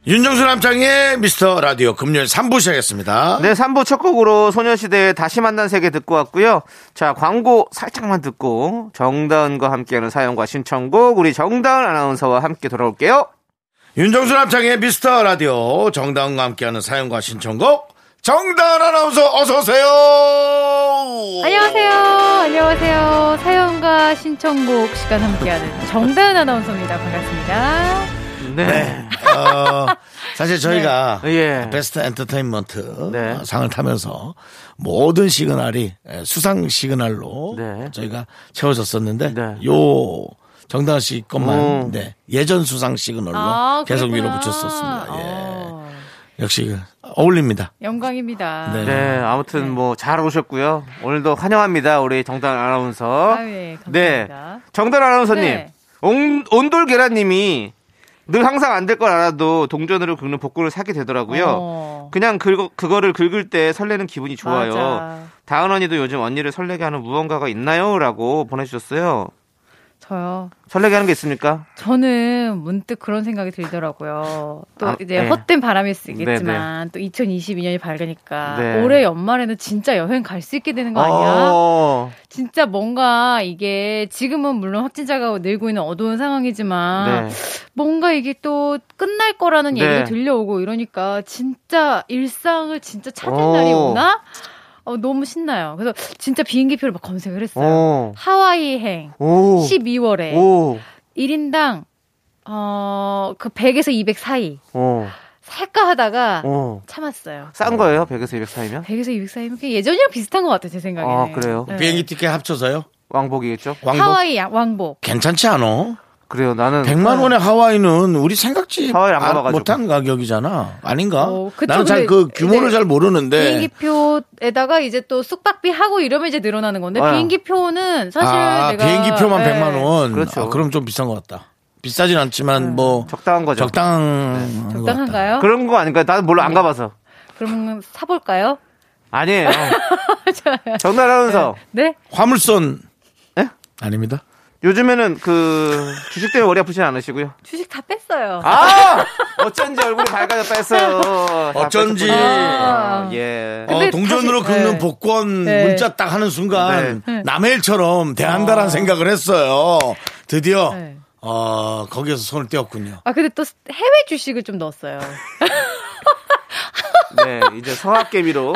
S2: 윤정수 남창의 미스터 라디오 금요일 3부 시작했습니다.
S3: 네, 3부 첫 곡으로 소녀시대의 다시 만난 세계 듣고 왔고요. 자, 광고 살짝만 듣고 정다은과 함께하는 사연과 신청곡 우리 정다은 아나운서와 함께 돌아올게요.
S2: 윤정수 남창의 미스터 라디오 정다은과 함께하는 사연과 신청곡 정다은 아나운서 어서 오세요.
S7: 안녕하세요. 안녕하세요. 사연과 신청곡 시간 함께하는 정다은 아나운서입니다. 반갑습니다.
S3: 네.
S2: 어, 사실 저희가
S7: 네.
S3: 예.
S2: 베스트 엔터테인먼트
S3: 네.
S2: 어, 상을 타면서 모든 시그널이 예, 수상 시그널로
S3: 네.
S2: 저희가 채워졌었는데
S3: 네.
S2: 요 정다은 씨 것만
S3: 음.
S2: 네, 예전 수상 시그널로
S7: 아,
S2: 계속
S7: 그랬구나.
S2: 위로 붙였었습니다. 예.
S7: 어,
S2: 역시 그 어울립니다.
S7: 영광입니다.
S2: 네.
S3: 네, 아무튼 뭐 잘 오셨고요. 오늘도 환영합니다. 우리 정단 아나운서.
S7: 아유, 예,
S3: 네.
S7: 감사합니다.
S3: 정단 아나운서님.
S7: 네.
S3: 온, 온돌 계란님이 늘 항상 안 될 걸 알아도 동전으로 긁는 복구를 사게 되더라고요.
S7: 어.
S3: 그냥 긁, 그거를 긁을 때 설레는 기분이 좋아요.
S7: 맞아.
S3: 다은 언니도 요즘 언니를 설레게 하는 무언가가 있나요? 라고 보내주셨어요.
S7: 저요.
S3: 설레게 하는 게 있습니까?
S7: 저는 문득 그런 생각이 들더라고요. 또
S3: 아,
S7: 이제
S3: 네.
S7: 헛된 바람일 수 있겠지만 또 2022년이 밝으니까
S3: 네.
S7: 올해 연말에는 진짜 여행 갈 수 있게 되는 거 아니야?
S3: 어,
S7: 진짜 뭔가 이게 지금은 물론 확진자가 늘고 있는 어두운 상황이지만
S3: 네.
S7: 뭔가 이게 또 끝날 거라는
S3: 네.
S7: 얘기가 들려오고 이러니까 진짜 일상을 진짜 찾을
S3: 오.
S7: 날이 오나? 어, 너무 신나요. 그래서 진짜 비행기표를 막 검색을 했어요.
S3: 어,
S7: 하와이행
S3: 오.
S7: 12월에
S3: 오.
S7: 1인당 어, 그 100에서 200 사이
S3: 어.
S7: 살까 하다가
S3: 어.
S7: 참았어요.
S3: 싼 거예요? 100에서 200 사이면?
S7: 100에서 200 사이면 그냥 예전이랑 비슷한 것 같아요, 제 생각에는.
S3: 아, 그래요?
S7: 네.
S2: 뭐 비행기 티켓 합쳐서요?
S3: 왕복이겠죠?
S2: 왕복?
S7: 하와이 양- 왕복.
S2: 괜찮지 않아?
S3: 그래요. 나는
S2: 100만 원의 하와이는 우리 생각지
S3: 하와이를 안
S2: 아,
S3: 가봐가지고.
S2: 못한 가격이잖아. 아닌가?
S7: 어, 그쵸,
S2: 나는 잘
S7: 근데-
S2: 그 규모를
S7: 네.
S2: 잘 모르는데.
S7: 비행기표에다가 이제 또 숙박비 하고 이러면 이제 늘어나는 건데
S3: 아.
S7: 비행기표는 사실
S2: 아,
S7: 내가
S2: 비행기표만
S7: 네.
S2: 100만 원.
S3: 그렇죠.
S2: 아, 그럼 좀 비싼 것 같다. 비싸진 않지만 뭐
S3: 적당한 거죠. 네.
S2: 적당한 것 같다.
S7: 음. 적당한가요?
S3: 그런 거 아닌가요? 나는 별로 안 가봐서.
S7: 그럼 사볼까요?
S3: 아니에요. 정답 아나운서.
S7: 네?
S2: 화물선
S3: 예?
S2: 아닙니다.
S3: 요즘에는 그 주식 때문에 머리 아프진 않으시고요.
S7: 주식 다 뺐어요.
S3: 아! 어쩐지 얼굴이 밝아졌다 했어요. 다
S2: 어쩐지.
S3: 뺐었구나. 아, 예.
S2: 어,
S7: 근데
S2: 동전으로
S7: 다시-
S2: 긁는
S7: 네.
S2: 복권
S7: 네.
S2: 문자 딱 하는 순간
S3: 네.
S2: 남해일처럼 대한다라는 생각을 했어요. 드디어
S7: 아. 네.
S2: 어, 거기에서 손을 떼었군요.
S7: 아 근데 또 해외 주식을 좀 넣었어요.
S3: 네, 이제 성악개미로.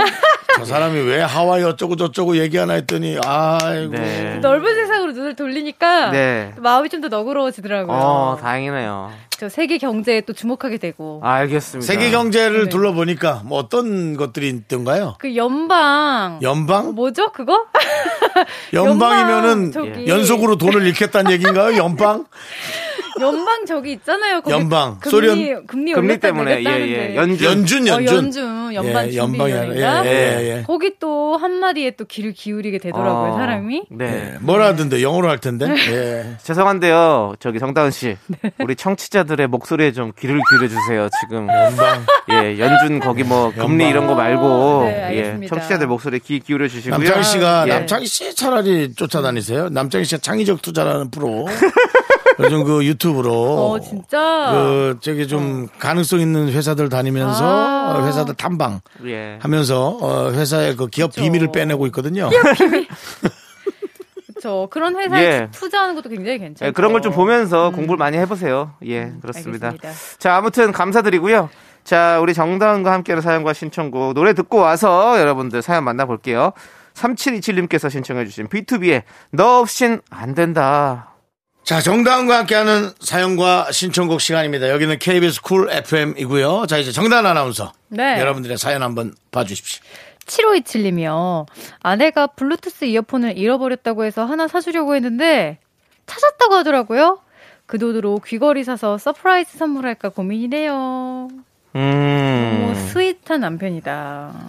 S2: 저 사람이 왜 하와이 어쩌고 저쩌고 얘기하나 했더니 아이고
S3: 네.
S7: 넓은 세상으로 눈을 돌리니까
S3: 네.
S7: 마음이 좀 더 너그러워지더라고요.
S3: 어, 다행이네요. 아,
S7: 저 세계 경제에 또 주목하게 되고
S2: 아.
S3: 알겠습니다.
S2: 세계 경제를
S7: 네.
S2: 둘러보니까 뭐 어떤 것들이 있던가요?
S7: 그 연방
S2: 연방?
S7: 뭐죠 그거?
S2: 연방이면은
S7: 연방 저기- 어,
S2: 연속으로 돈을 잃겠다는 얘기인가요? 연방?
S7: 연방 저기 있잖아요. 거기
S2: 연방,
S7: 금리,
S2: 소련.
S7: 금리,
S3: 금리
S7: 올렸다
S3: 때문에,
S7: 내렸다
S3: 예, 예.
S7: 하는데.
S3: 연준.
S2: 연준,
S7: 어,
S2: 연준.
S7: 연준 연방
S2: 예,
S7: 준비
S2: 연방이 아니라-
S7: 연인가?
S2: 예, 예, 아. 예.
S7: 거기 또 한마디에 또 귀를 기울이게 되더라고요
S3: 어,
S7: 사람이.
S3: 네.
S2: 예, 뭐라 하던데 영어로 할 텐데.
S7: 네.
S2: 예.
S3: 죄송한데요. 저기 정다은 씨. 우리 청취자들의 목소리에 좀 귀를 기울여 주세요. 지금
S2: 연방.
S3: 예, 연준 거기 뭐 금리
S2: 연방.
S3: 이런 거 말고
S7: 네,
S3: 예,
S7: 알겠습니다.
S3: 청취자들 목소리에 귀 기울여 주시고요.
S2: 남창희 씨가
S3: 예.
S2: 남창희 씨 차라리 쫓아다니세요. 남창희 씨가 창의적 투자라는 프로 요즘 그 유튜브로
S7: 어 진짜. 어.
S2: 그 저기 좀 가능성 있는 회사들 다니면서
S7: 아.
S2: 어, 회사들 탐방
S7: 네.
S3: 예.
S2: 하면서 어, 회사의 그 기업
S7: 그쵸.
S2: 비밀을 빼내고 있거든요.
S7: 그렇죠. 그런 회사에
S3: 예.
S7: 투자하는 것도 굉장히 괜찮죠.
S3: 예, 그런 걸 좀 보면서 공부를 많이 해보세요. 예, 그렇습니다.
S7: 네. 음. 알겠습니다.
S3: 자, 아무튼 감사드리고요. 자, 우리 정다은과 함께하는 사연과 신청곡 노래 듣고 와서 여러분들 사연 만나볼게요. 3727님께서 신청해주신 B2B의 너 없인 안 된다.
S2: 자, 정다은과 함께하는 사연과 신청곡 시간입니다. 여기는 KBS 쿨 FM이고요. 자, 이제 정다은 아나운서.
S7: 네.
S2: 여러분들의 사연 한번 봐주십시오.
S7: 7527님이요. 아내가 블루투스 이어폰을 잃어버렸다고 해서 하나 사주려고 했는데 찾았다고 하더라고요. 그 돈으로 귀걸이 사서 서프라이즈 선물할까 고민이네요.
S3: 음.
S7: 너무 스윗한 남편이다. 아,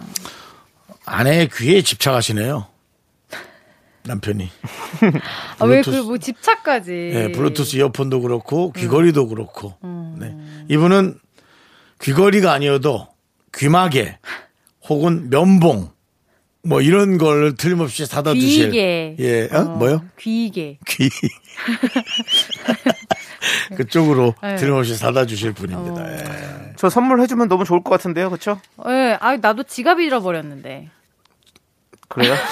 S2: 아내의 귀에 집착하시네요. 남편이.
S7: 아, 왜
S2: 블루투스.
S7: 그 뭐 집착까지?
S2: 네, 블루투스 이어폰도 그렇고, 귀걸이도 그렇고. 네. 이분은 귀걸이가 아니어도 귀마개 혹은 면봉 뭐 이런 걸 틀림없이 사다 주실.
S7: 귀게.
S2: 예, 어? 뭐요?
S7: 귀게.
S2: 귀. 그쪽으로
S7: 네. 어.
S2: 들어오시 사다 주실 분입니다. 예.
S3: 저 선물해주면 너무 좋을 것 같은데요, 그쵸?
S7: 예, 아 나도 지갑 잃어버렸는데.
S3: 그래요?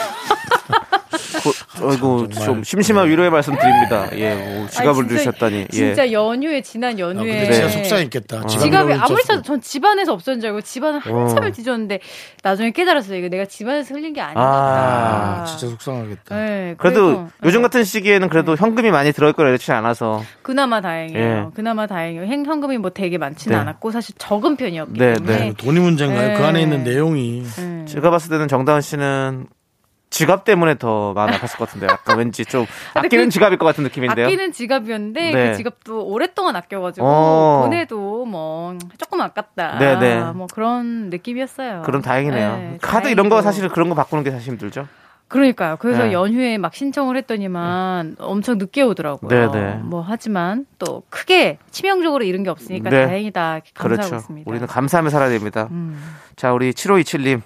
S3: 고, 아이고, 좀 심심한 위로의 말씀 드립니다. 예, 뭐 지갑을
S7: 네. 아니, 진짜-
S3: 주셨다니. 예. 네.
S7: 진짜 연휴에 지난
S2: 아,
S7: 연휴에
S2: 근데 진짜 속상했겠다.
S7: 네. 지갑이
S2: 잃어버렸죠.
S7: 아무리 찾아도 전 집안에서 없었는 줄 알고 집안을
S3: 어.
S7: 한참을 뒤졌는데 나중에 깨달았어요. 이거 내가 집안에서 흘린 게 아니구나.
S3: 아,
S2: 진짜 속상하겠다.
S7: 네,
S3: 그래도
S7: 그래서,
S3: 요즘
S7: 네,
S3: 같은 시기에는 그래도 현금이 많이 들어올 걸 예측치 않아서.
S7: 그나마 다행이에요.
S3: 예.
S7: 그나마 다행이에요. 행- 현금이 뭐 되게 많지는
S3: 네.
S7: 않았고 사실 적은 편이었기
S3: 네,
S7: 때문에
S3: 네.
S2: 돈이 문제인가요?
S7: 네.
S2: 그 안에 있는 내용이.
S7: 음.
S3: 제가 봤을 때는 정다은 씨는 지갑 때문에 더 마음 아팠을 것 같은데 약간 왠지 좀
S7: 근데
S3: 아끼는
S7: 그-
S3: 지갑일 것 같은 느낌인데요.
S7: 아끼는 지갑이었는데
S3: 네.
S7: 그 지갑도 오랫동안 아껴가지고
S3: 어.
S7: 보내도 뭐 조금 아깝다.
S3: 네, 네.
S7: 뭐 그런 느낌이었어요.
S3: 그럼 다행이네요.
S7: 네,
S3: 카드 이런 거
S7: 다행이고.
S3: 사실 그런 거 바꾸는 게 사실 힘들죠.
S7: 그러니까요. 그래서
S3: 네.
S7: 연휴에 막 신청을 했더니만 엄청 늦게 오더라고요.
S3: 네, 네.
S7: 뭐 하지만 또 크게 치명적으로 이런 게 없으니까
S3: 네.
S7: 다행이다. 이렇게 감사하고
S3: 그렇죠.
S7: 있습니다.
S3: 우리는 감사하며 살아야 됩니다.
S7: 음.
S3: 자, 우리 7527님.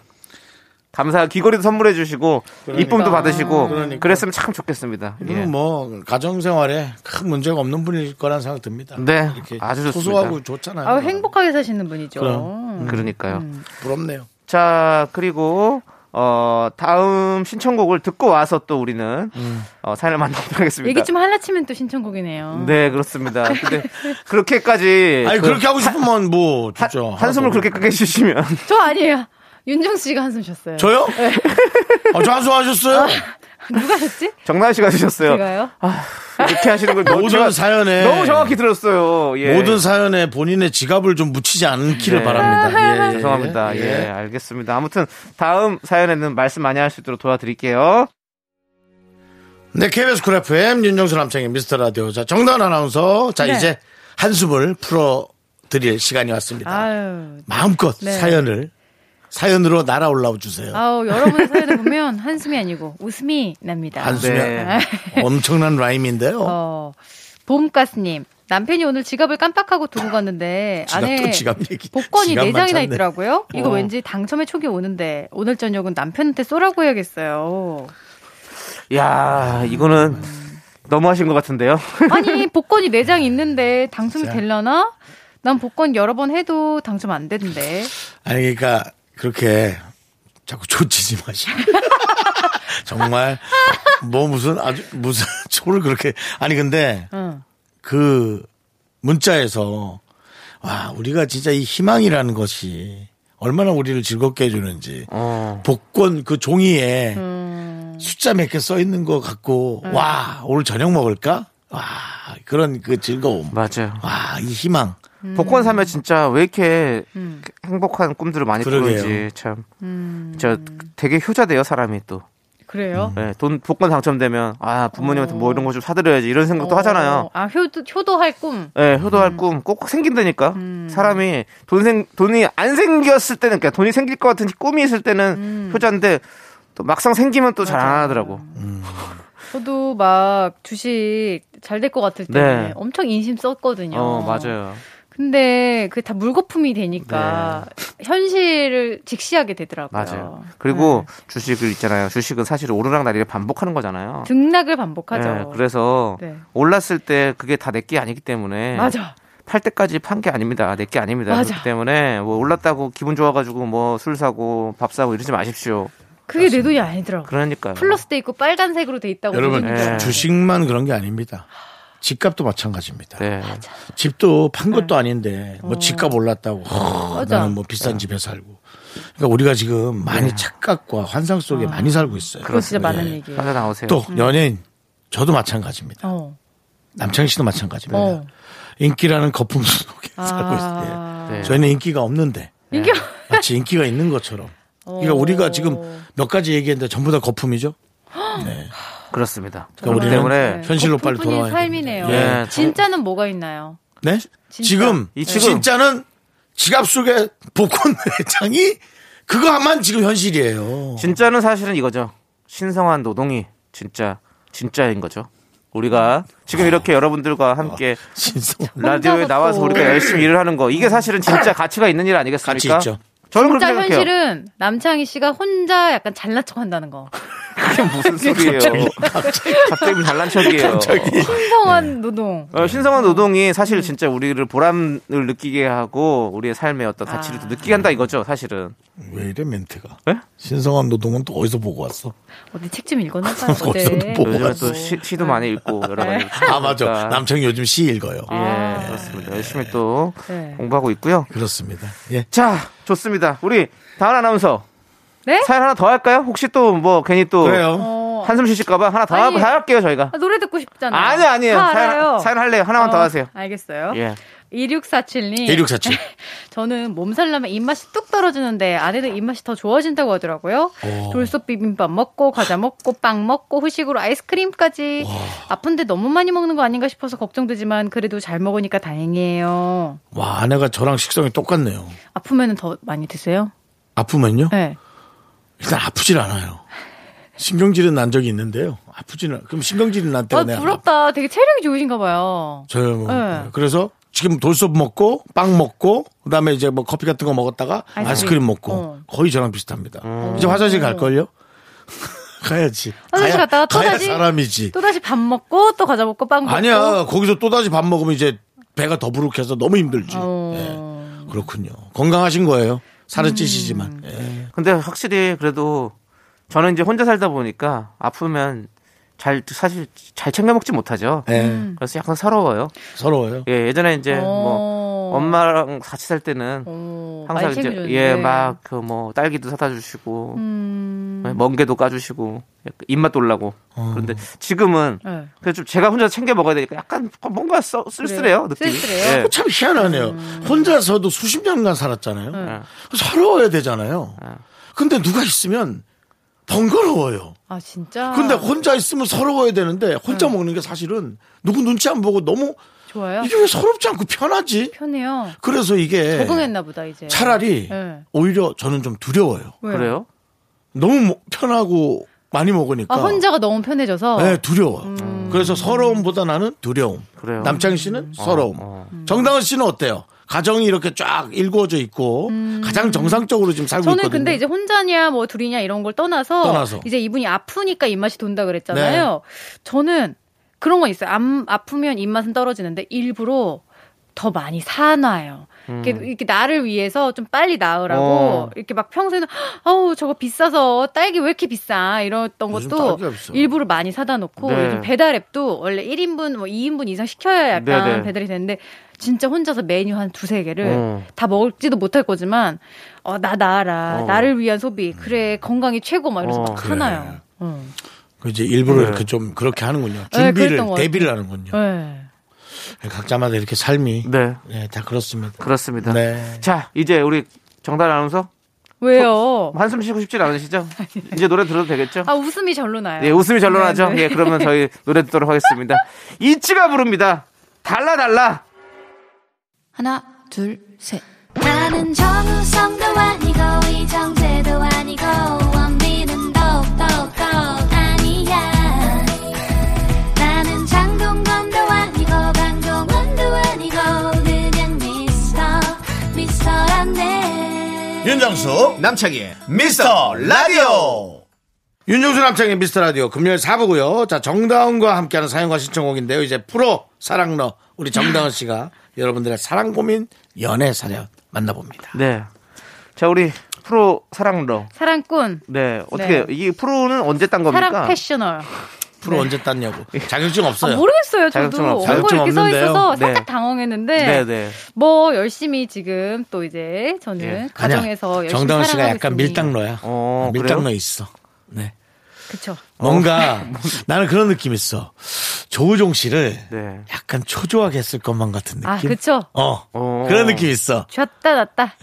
S3: 감사 귀걸이도 선물해 주시고 이쁨도 받으시고
S2: 그러니까.
S3: 그랬으면참 좋겠습니다. 예.
S2: 이분은 뭐 가정 생활에 큰 문제가 없는 분일 거란 생각 듭니다.
S3: 네.
S2: 이렇게
S3: 아주 좋습니다.
S2: 소소하고 좋잖아요.
S7: 아, 행복하게 사시는 분이죠. 음.
S2: 그럼.
S3: 그러니까요.
S2: 부럽네요.
S3: 자, 그리고 어, 다음 신청곡을 듣고 와서 또 우리는
S2: 음.
S3: 어, 사연을 만나보도록 하겠습니다.
S7: 얘기 좀 할라치면 또 신청곡이네요.
S3: 네, 그렇습니다. 근데 그렇게까지
S2: 아니
S3: 그
S2: 그렇게 하고 싶으면 뭐
S3: 한-
S2: 좋죠.
S3: 한숨을 그렇게 크게 쉬시면
S7: 저 아니에요. 윤정수 씨가 한숨 쉬었어요.
S2: 저요?
S3: 네.
S2: 아, 저 한숨하셨어요?
S7: 누가 셨지
S3: 정나은 씨가 주셨어요. 아.
S7: 제가요?
S3: 이렇게 하시는 걸 너무,
S2: 모든
S3: 아, 제가
S2: 사연에
S3: 너무 정확히 들었어요. 예.
S2: 모든 사연에 본인의 지갑을 좀 묻히지 않기를
S3: 네.
S2: 바랍니다. 예, 예,
S3: 죄송합니다. 예, 알겠습니다. 아무튼 다음 사연에는 말씀 많이 할 수 있도록 도와드릴게요.
S2: 네, KBS 쿨 FM 윤정수 남창의 미스터 라디오. 자, 정단 아나운서. 자,
S7: 네.
S2: 이제 한숨을 풀어 드릴 시간이 왔습니다.
S7: 아유.
S2: 마음껏
S7: 네.
S2: 사연을 사연으로 날아 올라와 주세요.
S7: 아우, 여러분의 사연을 보면 한숨이 아니고 웃음이 납니다.
S2: 한숨이
S3: 네.
S2: 엄청난 라임인데요.
S7: 어, 봄가스님. 남편이 오늘 지갑을 깜빡하고 두고 갔는데
S2: 지갑 또
S7: 안에
S2: 지갑 얘기.
S7: 복권이 네
S2: 지갑만
S7: 장이나
S2: 찾네.
S7: 있더라고요. 이거
S2: 어.
S7: 왠지 당첨의 촉이 오는데 오늘 저녁은 남편한테 쏘라고 해야겠어요.
S3: 야, 이거는
S2: 음.
S3: 너무 하신 것 같은데요.
S7: 아니 복권이 네 장 있는데 당첨이 되려나? 난 복권 여러 번 해도 당첨 안 되던데.
S2: 아니 그러니까 그렇게 자꾸 조치지 마시고 정말 뭐 무슨 아주 무슨 초를 그렇게 아니 근데
S7: 응.
S2: 그 문자에서 와 우리가 진짜 이 희망이라는 것이 얼마나 우리를 즐겁게 해주는지
S3: 어.
S2: 복권 그 종이에
S7: 음,
S2: 숫자 몇 개 써 있는 거 갖고 와 오늘 저녁 먹을까 와 그런 그 즐거움
S3: 맞아요.
S2: 와 이 희망
S7: 음.
S3: 복권 사면 진짜 왜 이렇게 행복한 꿈들을 많이
S2: 그러게요.
S3: 꾸는지 참. 저 되게 효자돼요 사람이 또.
S7: 음, 그래요?
S2: 음.
S3: 예, 돈 복권 당첨되면 아 부모님한테 뭐 이런 거 좀 사드려야지 이런 생각도 하잖아요.
S7: 어, 아 효도 효도할 꿈.
S3: 예, 효도할
S2: 음.
S3: 꿈 꼭 생긴다니까.
S7: 음.
S3: 사람이 돈 생, 돈이 안 생겼을 때는, 그러니까 돈이 생길 것 같은 꿈이 있을 때는
S7: 음.
S3: 효자인데, 또 막상 생기면 또 잘 안 하더라고.
S7: 저도 막 주식 잘 될 것 같을 때
S3: 네.
S7: 엄청 인심 썼거든요.
S3: 어, 맞아요.
S7: 근데 그게 다 물거품이 되니까 현실을 직시하게 되더라고요.
S3: 네. 맞아요. 그리고
S7: 네.
S3: 주식을 있잖아요. 주식은 사실 오르락내리락 반복하는 거잖아요.
S7: 등락을
S3: 예,
S7: 반복하죠.
S3: 그래서
S7: 네.
S3: 올랐을 때 그게 다 내 게 아니기 때문에
S7: 맞아.
S3: 팔 때까지 판 게 아닙니다. 내 게 아닙니다.
S7: 맞아.
S3: 그렇기 때문에 뭐 올랐다고 기분 좋아가지고 뭐 술 사고 밥 사고 이러지 마십시오.
S7: 그게 내 돈이 아니더라고.
S3: 그러니까요.
S7: 플러스 돼 있고 빨간색으로 돼 있다고.
S2: 여러분
S7: 보시면 돼요.
S3: 예.
S2: 주식만 그런 게 아닙니다. 집값도 마찬가지입니다.
S3: 네.
S2: 집도 판 것도 아닌데 뭐 집값 올랐다고 허,
S7: 네. 어. 맞아.
S2: 나는 뭐 비싼 집에 살고. 그러니까 우리가 지금 많이 착각과 환상 속에 많이 살고 있어요.
S7: 아. 그거 진짜
S2: 그렇습니다.
S7: 많은
S2: 예.
S7: 얘기예요. 음.
S3: 빠져 나오세요.
S2: 또 연예인 저도 마찬가지입니다.
S7: 어.
S2: 남창희 씨도 마찬가지입니다.
S7: 어.
S2: 인기라는 거품 속에
S7: 아.
S2: 살고 네. 있을 때
S3: 네.
S2: 저희는 인기가 없는데
S7: 인기
S2: 마치 인기가 있는 것처럼. 그러니까
S7: 어.
S2: 우리가
S3: 네.
S2: 지금 몇 가지 얘기했는데 전부 다 거품이죠.
S3: 그렇습니다.
S2: 그러니까
S3: 그렇기
S2: 우리는
S3: 때문에
S2: 현실로 빨리
S7: 네. 거품뿐인
S2: 돌아와야
S7: 삶이네요.
S3: 됩니다. 예,
S7: 진짜는 뭐가 있나요?
S2: 네? 지금
S3: 이 지금.
S2: 진짜는 지갑 속에 복권 내장이 그거만 지금 현실이에요.
S3: 진짜는 사실은 이거죠. 신성한 노동이 진짜 진짜인 거죠. 우리가 지금 이렇게 여러분들과 함께
S2: 신성
S3: 라디오에
S7: 혼자서
S3: 나와서
S7: 또.
S3: 우리가 열심히 일을 하는 거 이게 사실은 진짜 가치가 있는 일 아니겠습니까?
S2: 가치 있죠.
S3: 저는 그렇게
S7: 진짜
S3: 생각해요.
S7: 현실은 남창희 씨가 혼자 약간 잘난 척한다는 거.
S3: 그게 무슨 소리예요? 갑자기 잘난 척이에요.
S7: 신성한 노동.
S3: 어, 신성한 노동이 사실 진짜 우리를 보람을 느끼게 하고 우리의 삶의 어떤 가치를 또
S7: 아.
S3: 느끼게 한다 이거죠, 사실은.
S2: 왜 이래 멘트가?
S3: 네?
S2: 신성한 노동은 또 어디서 보고 왔어?
S7: 어디 책 좀 읽어놨어요.
S2: 거기서
S7: 어제.
S2: 뭐.
S3: 요즘에
S2: 뭐가
S3: 또 시, 시도 많이 읽고 여러 가지.
S7: 네.
S2: 아 맞아.
S3: 그러니까.
S2: 남창이 요즘 시 읽어요.
S3: 예, 그렇습니다. 열심히 또
S7: 아. 네.
S3: 공부하고 있고요.
S2: 그렇습니다. 예.
S3: 자, 좋습니다. 우리 다은 아나운서
S7: 네?
S3: 사연 하나 더 할까요? 혹시 또 뭐 괜히 또
S2: 그래요.
S7: 어.
S3: 한숨 쉬실까봐 하나 더
S7: 아니.
S3: 하고 다 할게요 저희가.
S7: 아, 노래 듣고 싶잖아요.
S3: 아니 아니에요.
S7: 다 알아요.
S3: 사연, 사연 할래요. 하나만 더
S7: 어,
S3: 하세요.
S7: 알겠어요.
S3: 예.
S7: 2647님.
S2: 1647.
S7: 저는 몸살나면 입맛이 뚝 떨어지는데 아내는 입맛이 더 좋아진다고 하더라고요. 돌솥 비빔밥 먹고 과자 먹고 빵 먹고 후식으로 아이스크림까지 아픈데 너무 많이 먹는 거 아닌가 싶어서 걱정되지만 그래도 잘 먹으니까 다행이에요.
S2: 와 아내가 저랑 식성이 똑같네요.
S7: 아프면 더 많이 드세요?
S2: 아프면요?
S7: 네.
S2: 일단 아프질 않아요. 신경질은 난 적이 있는데요. 아프지는 않- 그럼 신경질이 난 때가
S7: 아,
S2: 내가
S7: 부럽다. 되게 체력이 좋으신가 봐요.
S2: 저요. 뭐.
S7: 네.
S2: 그래서 지금 돌솥 먹고 빵 먹고 그다음에 이제 뭐 커피 같은 거 먹었다가
S7: 아이스크림.
S2: 아이스크림, 먹고
S7: 어.
S2: 거의 저랑 비슷합니다. 이제 화장실 갈 걸요? 가야지.
S7: 화장실
S2: 가야-
S7: 갔다가 또
S2: 가야
S7: 다시
S2: 사람이지.
S7: 또 다시 밥 먹고 또 과자 먹고 빵 먹고.
S2: 아니야. 거기서 또 다시 밥 먹으면 이제 배가 더부룩해서 너무 힘들지.
S7: 어.
S2: 예. 그렇군요. 건강하신 거예요.
S7: 음.
S2: 살은 찌시지만. 예.
S3: 근데 확실히 그래도 저는 이제 혼자 살다 보니까 아프면 잘 사실 잘 챙겨 먹지 못하죠.
S2: 예.
S7: 음.
S3: 그래서 약간 서러워요.
S2: 서러워요.
S3: 예, 예전에 이제
S7: 어.
S3: 뭐 엄마랑 같이 살 때는
S7: 어,
S3: 항상
S7: 많이
S3: 이제
S7: 챙겨줬는데.
S3: 예 막 그 뭐 딸기도 사다 주시고
S7: 음.
S3: 예, 멍게도 까주시고 약간 입맛 돌라고 그런데 지금은
S7: 네.
S3: 그래서 좀 제가 혼자 챙겨 먹어야 되니까 약간 뭔가 써, 쓸쓸해요 느낌.
S7: 쓸쓸해요?
S3: 예.
S2: 어, 참 희한하네요.
S7: 음.
S2: 혼자서도 수십 년간 살았잖아요.
S3: 예.
S7: 네.
S2: 서러워야 되잖아요. 근데 누가 있으면 번거로워요.
S7: 아 음. 진짜.
S2: 근데 혼자 있으면 서러워야 되는데 혼자 먹는 게 사실은 누구 눈치 안 보고 너무
S7: 좋아요.
S2: 이게 왜 서럽지 않고 편하지?
S7: 편해요.
S2: 그래서
S3: 예.
S2: 이게
S7: 적응했나 보다 이제.
S2: 차라리
S7: 네.
S2: 오히려 저는 좀 두려워요.
S7: 왜요?
S3: 그래요?
S2: 너무 뭐- 편하고 많이 먹으니까.
S7: 아
S3: 그러니까.
S7: 혼자가 음. 너무 편해져서.
S2: 네, 두려워. 그래서 서러움보다 나는 두려움.
S3: 그래요. 음. 어,
S2: 남창희 씨는 서러움.
S7: 음.
S2: 정다은 씨는 어때요? 가정이 이렇게 쫙 일구어져 있고 가장 정상적으로 지금 살고
S7: 음. 저는
S2: 있거든요.
S7: 근데 이제 혼자냐 뭐 둘이냐 이런 걸 떠나서,
S2: 떠나서. 네.
S7: 이제 이분이 아프니까 입맛이 돈다 그랬잖아요. 저는 그런 건 있어요. 암, 아프면 입맛은 떨어지는데 일부러 더 많이 사놔요. 이렇게,
S2: 음.
S7: 이렇게 나를 위해서 좀 빨리 나으라고
S3: 어.
S7: 이렇게 막 평소에는 아우 저거 비싸서 딸기 왜 이렇게 비싸 이랬던
S2: 요즘
S7: 것도
S2: 딸기가 비싸.
S7: 일부러 많이 사다 놓고
S3: 네.
S7: 요즘 배달 앱도 원래 1인분 뭐 2인분 이상 시켜야 약간
S3: 네, 네.
S7: 배달이 되는데 진짜 혼자서 메뉴 한 두세 개를
S3: 어.
S7: 다 먹지도 못할 거지만 어, 나 나아라
S3: 어. 음.
S7: 나를 위한 소비 그래 건강이 최고 막 이러면서
S3: 어.
S7: 막
S2: 그래.
S7: 하나요. 어.
S2: 그 이제 일부러
S3: 네.
S2: 이렇게 좀 그렇게 하는군요.
S7: 네,
S2: 준비를
S7: 그랬던 것 같아요.
S2: 대비를 하는군요.
S7: 네.
S2: 각자마다 이렇게 삶이 네,
S3: 네
S2: 다 그렇습니다.
S3: 그렇습니다.
S2: 네.
S3: 자 이제 우리 정단 아나운서
S7: 왜요?
S3: 한숨 쉬고 싶진 않으시죠? 이제 노래 들어도 되겠죠?
S7: 아 웃음이 절로 나요.
S3: 예, 웃음이 절로 나죠?
S7: 네, 네.
S3: 예, 그러면 저희 노래 듣도록 하겠습니다. 이치가 부릅니다. 달라 달라.
S8: 하나, 둘, 셋.
S4: 나는 정우성도 아니고 이정재도 아니고 원빈은 더욱더 아니야 나는 장동건도 아니고 강동원도 아니고 그냥 미스터 미스터란데
S2: 윤정수 남창희 미스터 라디오 윤정수 남창희 미스터 라디오 금요일 4부고요. 자 정다은과 함께하는 사연과 신청곡인데요. 이제 프로 사랑러 우리 정다은 씨가 여러분들의 사랑 고민 연애 사연 만나봅니다.
S3: 네. 자 우리 프로 사랑러.
S7: 사랑꾼,
S3: 네 어떻게 이 프로는 언제 딴 겁니까?
S7: 사랑 패셔널.
S2: 프로 언제 땄냐고 자격증
S7: 네. 아,
S2: 없어요.
S7: 모르겠어요.
S3: 자격증
S7: 저도
S3: 없어요.
S7: 얼굴 이렇게 써
S2: 자격증
S7: 있어서
S3: 없는데요.
S7: 살짝
S3: 네.
S7: 당황했는데
S3: 네, 네.
S7: 뭐 열심히 지금 또 이제 저는
S3: 예.
S7: 가정에서 열심히
S2: 정다은 씨가
S7: 사랑하고
S2: 약간
S7: 있으니.
S2: 밀당러야.
S3: 어,
S2: 밀당러
S3: 그래요?
S2: 있어. 네.
S7: 그쵸.
S2: 뭔가 나는 그런 느낌 있어. 조우종 씨를
S3: 네.
S2: 약간 초조하게 했을 것만 같은 느낌.
S7: 아 그쵸.
S2: 어.
S3: 어.
S2: 그런 느낌 있어.
S7: 쥐었다 놨다.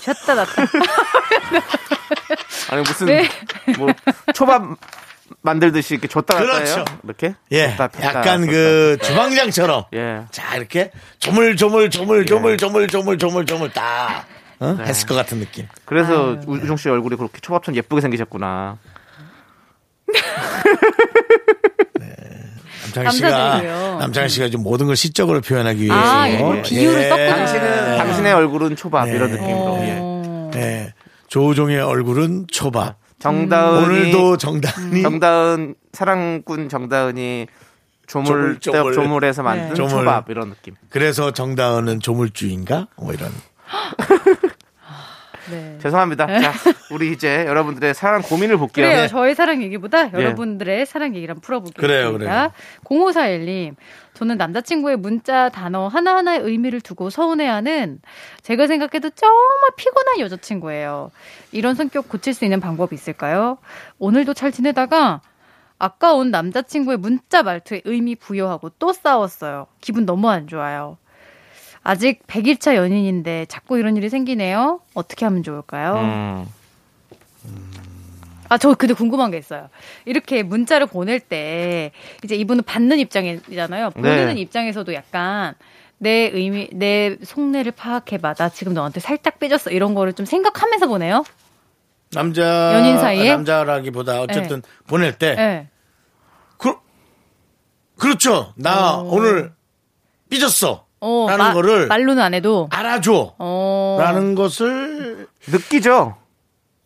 S7: 쥐었다 놨다.
S3: 아니 무슨
S7: 네.
S3: 뭐 초밥 만들듯이 이렇게 줬다 갔다
S2: 그렇죠.
S3: 해요? 이렇게?
S2: 예.
S3: 줬다 폈다,
S2: 약간
S3: 줬다
S2: 그
S3: 폈다.
S2: 주방장처럼.
S3: 예.
S2: 자, 이렇게 조물조물 조물 조물 조물 조물 조물 조물 다 어?
S3: 네.
S2: 했을 것 같은 느낌.
S3: 그래서
S7: 아.
S3: 우종 씨 얼굴이 그렇게 초밥처럼 예쁘게 생기셨구나.
S2: 남창희 씨가
S7: 감사드리고요.
S2: 남창희 씨가 지금 모든 걸 시적으로 표현하기 위해서
S7: 아, 이렇게 비유를 썼구나.
S3: 당신은
S7: 네.
S3: 당신의 얼굴은 초밥 이런
S2: 네.
S7: 어.
S3: 느낌으로. 예.
S2: 예. 조우종의 얼굴은 초밥.
S3: 정다은이
S2: 오늘도 정단이
S3: 음. 정다은 사랑꾼 정다은이 조물
S2: 조물조물.
S3: 조물, 에서 만든
S2: 조물.
S3: 초밥 이런 느낌.
S2: 그래서 정다은은 조물주인가? 뭐 이런.
S7: 네.
S3: 죄송합니다. 자, 우리 이제 여러분들의 사랑 고민을 볼게요.
S7: 그래요.
S3: 네.
S7: 저의 사랑 얘기보다
S3: 예.
S7: 여러분들의 사랑 얘기를 한번 풀어볼게요.
S2: 그래요, 그래요.
S7: 0541님. 저는 남자친구의 문자 단어 하나하나의 의미를 두고 서운해하는 제가 생각해도 정말 피곤한 여자친구예요. 이런 성격 고칠 수 있는 방법이 있을까요? 오늘도 잘 지내다가 아까 온 남자친구의 문자 말투에 의미 부여하고 또 싸웠어요. 기분 너무 안 좋아요. 아직 100일차 연인인데 자꾸 이런 일이 생기네요. 어떻게 하면 좋을까요? 음.
S3: 음,
S7: 아, 저 근데 궁금한 게 있어요. 이렇게 문자를 보낼 때, 이제 이분은 받는 입장이잖아요. 보내는
S3: 네.
S7: 입장에서도 약간 내 의미, 내 속내를 파악해봐. 나 지금 너한테 살짝 삐졌어. 이런 거를 좀 생각하면서 보내요?
S2: 남자
S7: 연인 사이에?
S2: 남자라기보다 어쨌든 보낼 때
S7: 예.
S2: 그, 그렇죠. 나 오늘 삐졌어.
S7: 어,
S2: 라는
S7: 마-
S2: 거를
S7: 말로는 안 해도
S2: 알아줘.
S7: 어,
S2: 라는 것을
S3: 느끼죠?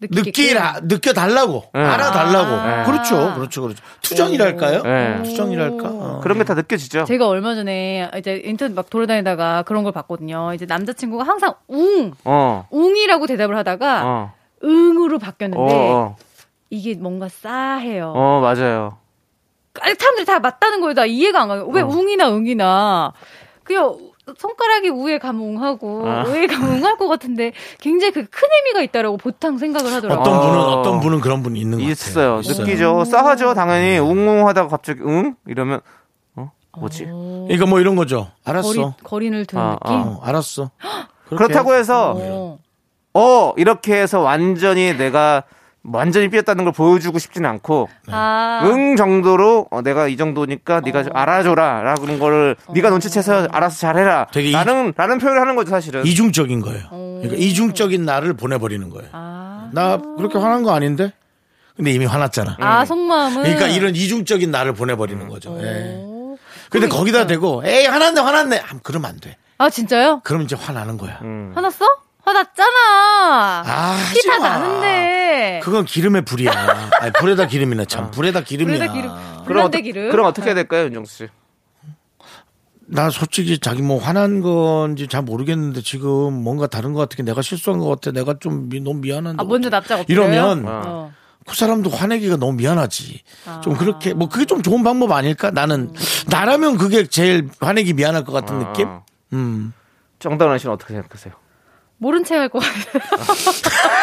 S7: 느끼게끔.
S2: 느끼라, 느껴달라고.
S3: 예.
S2: 알아달라고.
S7: 아.
S2: 그렇죠. 그렇죠. 그렇죠. 투정이랄까요?
S3: 네.
S2: 투정이랄까? 어.
S3: 그런 게 다 느껴지죠?
S7: 제가 얼마 전에 이제 인터넷 막 돌아다니다가 그런 걸 봤거든요. 이제 남자친구가 항상 웅,
S3: 어,
S7: 웅이라고 대답을 하다가
S3: 어,
S7: 응으로
S3: 어,
S7: 바뀌었는데
S3: 어,
S7: 이게 뭔가 싸해요.
S3: 어, 맞아요.
S7: 아니, 사람들이 다 맞다는 거예요. 나 이해가 안 가요.
S3: 어.
S7: 왜 웅이나 응이나 그냥 손가락이 우에 가면 웅하고
S3: 아.
S7: 우에 가면 웅할 것 같은데 굉장히 그 큰 의미가 있다라고 보통 생각을 하더라고요.
S2: 어떤 분은,
S3: 어.
S2: 어떤 분은 그런 분이 있는 것
S3: 있어요.
S2: 같아요.
S3: 느끼죠? 싸하죠? 당연히. 웅웅하다가 갑자기 응? 이러면, 어? 뭐지?
S2: 그러니까 뭐 이런 거죠. 알았어.
S7: 거리, 거린을 둔
S3: 아,
S7: 느낌.
S2: 어, 알았어. 그렇게
S3: 그렇다고 해서,
S7: 어.
S3: 어, 이렇게 해서 완전히 내가 완전히 삐었다는 걸 보여주고 싶진 않고,
S2: 네.
S7: 아. 어.
S3: 응 정도로 어, 내가 이 정도니까 네가 좀 알아줘라 라는 거를 네가 눈치채서 알아서 잘해라
S2: 되게 이-
S3: 라는 라는 표현을 하는 거죠 사실은
S2: 이중적인 거예요. 그러니까 이중적인 나를 보내버리는 거예요.
S7: 어. 아.
S2: 나 그렇게 화난 거 아닌데? 근데 이미 화났잖아.
S7: 아, 속마음은.
S2: 그러니까 이런 이중적인 나를 보내버리는 거죠. 예.
S7: 오.
S2: 근데
S7: 어. 그러니까.
S2: 거기다 대고 에이 화났네 화났네 하면 그러면 안 돼.
S7: 아, 진짜요?
S2: 그럼 이제 화나는 거야.
S7: 화났어? 화났잖아.
S2: 아, 하지
S7: 티다
S2: 마.
S7: 나는데.
S2: 그건 기름에 불이야. 아니, 불에다 기름이네 참. 불에다 기름이야.
S7: 불에다 기름.
S3: 그럼,
S7: 불난데
S3: 어떠,
S7: 기름.
S3: 그럼 어떻게 해야 될까요 윤정수 씨
S2: 나 솔직히 자기 뭐 화난 건지 잘 모르겠는데 지금 뭔가 다른 것 같아. 내가 실수한 것 같아. 내가 좀 미- 너무 미안한데.
S7: 아,
S3: 뭐
S7: 먼저 납작 엎드려요?
S2: 이러면
S7: 어.
S3: 아.
S2: 그 사람도 화내기가 너무 미안하지.
S7: 아.
S2: 좀 그렇게 뭐 그게 좀 좋은 방법 아닐까?
S7: 음.
S2: 나는 나라면 그게 제일 화내기 미안할 것 같은
S3: 아.
S2: 느낌. 음.
S3: 어. 정다은 씨는 어떻게 생각하세요?
S7: 모른 체 할 것 같아요.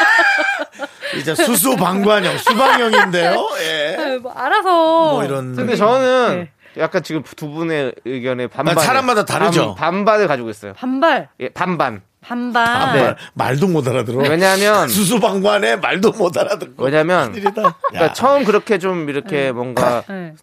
S2: 이제 수수방관형 수방형인데요. 예.
S7: 뭐 알아서.
S2: 뭐 이런.
S3: 네, 근데 저는
S7: 네.
S3: 약간 지금 두 분의 의견에 반반
S2: 사람마다 다르죠.
S3: 반반을 가지고 있어요
S7: 반발.
S3: 예, 반반
S7: 반반.
S3: 아,
S2: 아,
S3: 네.
S2: 말, 말도 못 알아들어.
S3: 왜냐하면
S2: 수수방관에 말도 못 알아듣고.
S3: 왜냐하면
S2: 일이다.
S3: 그러니까 처음 그렇게 좀 이렇게 뭔가
S7: 네.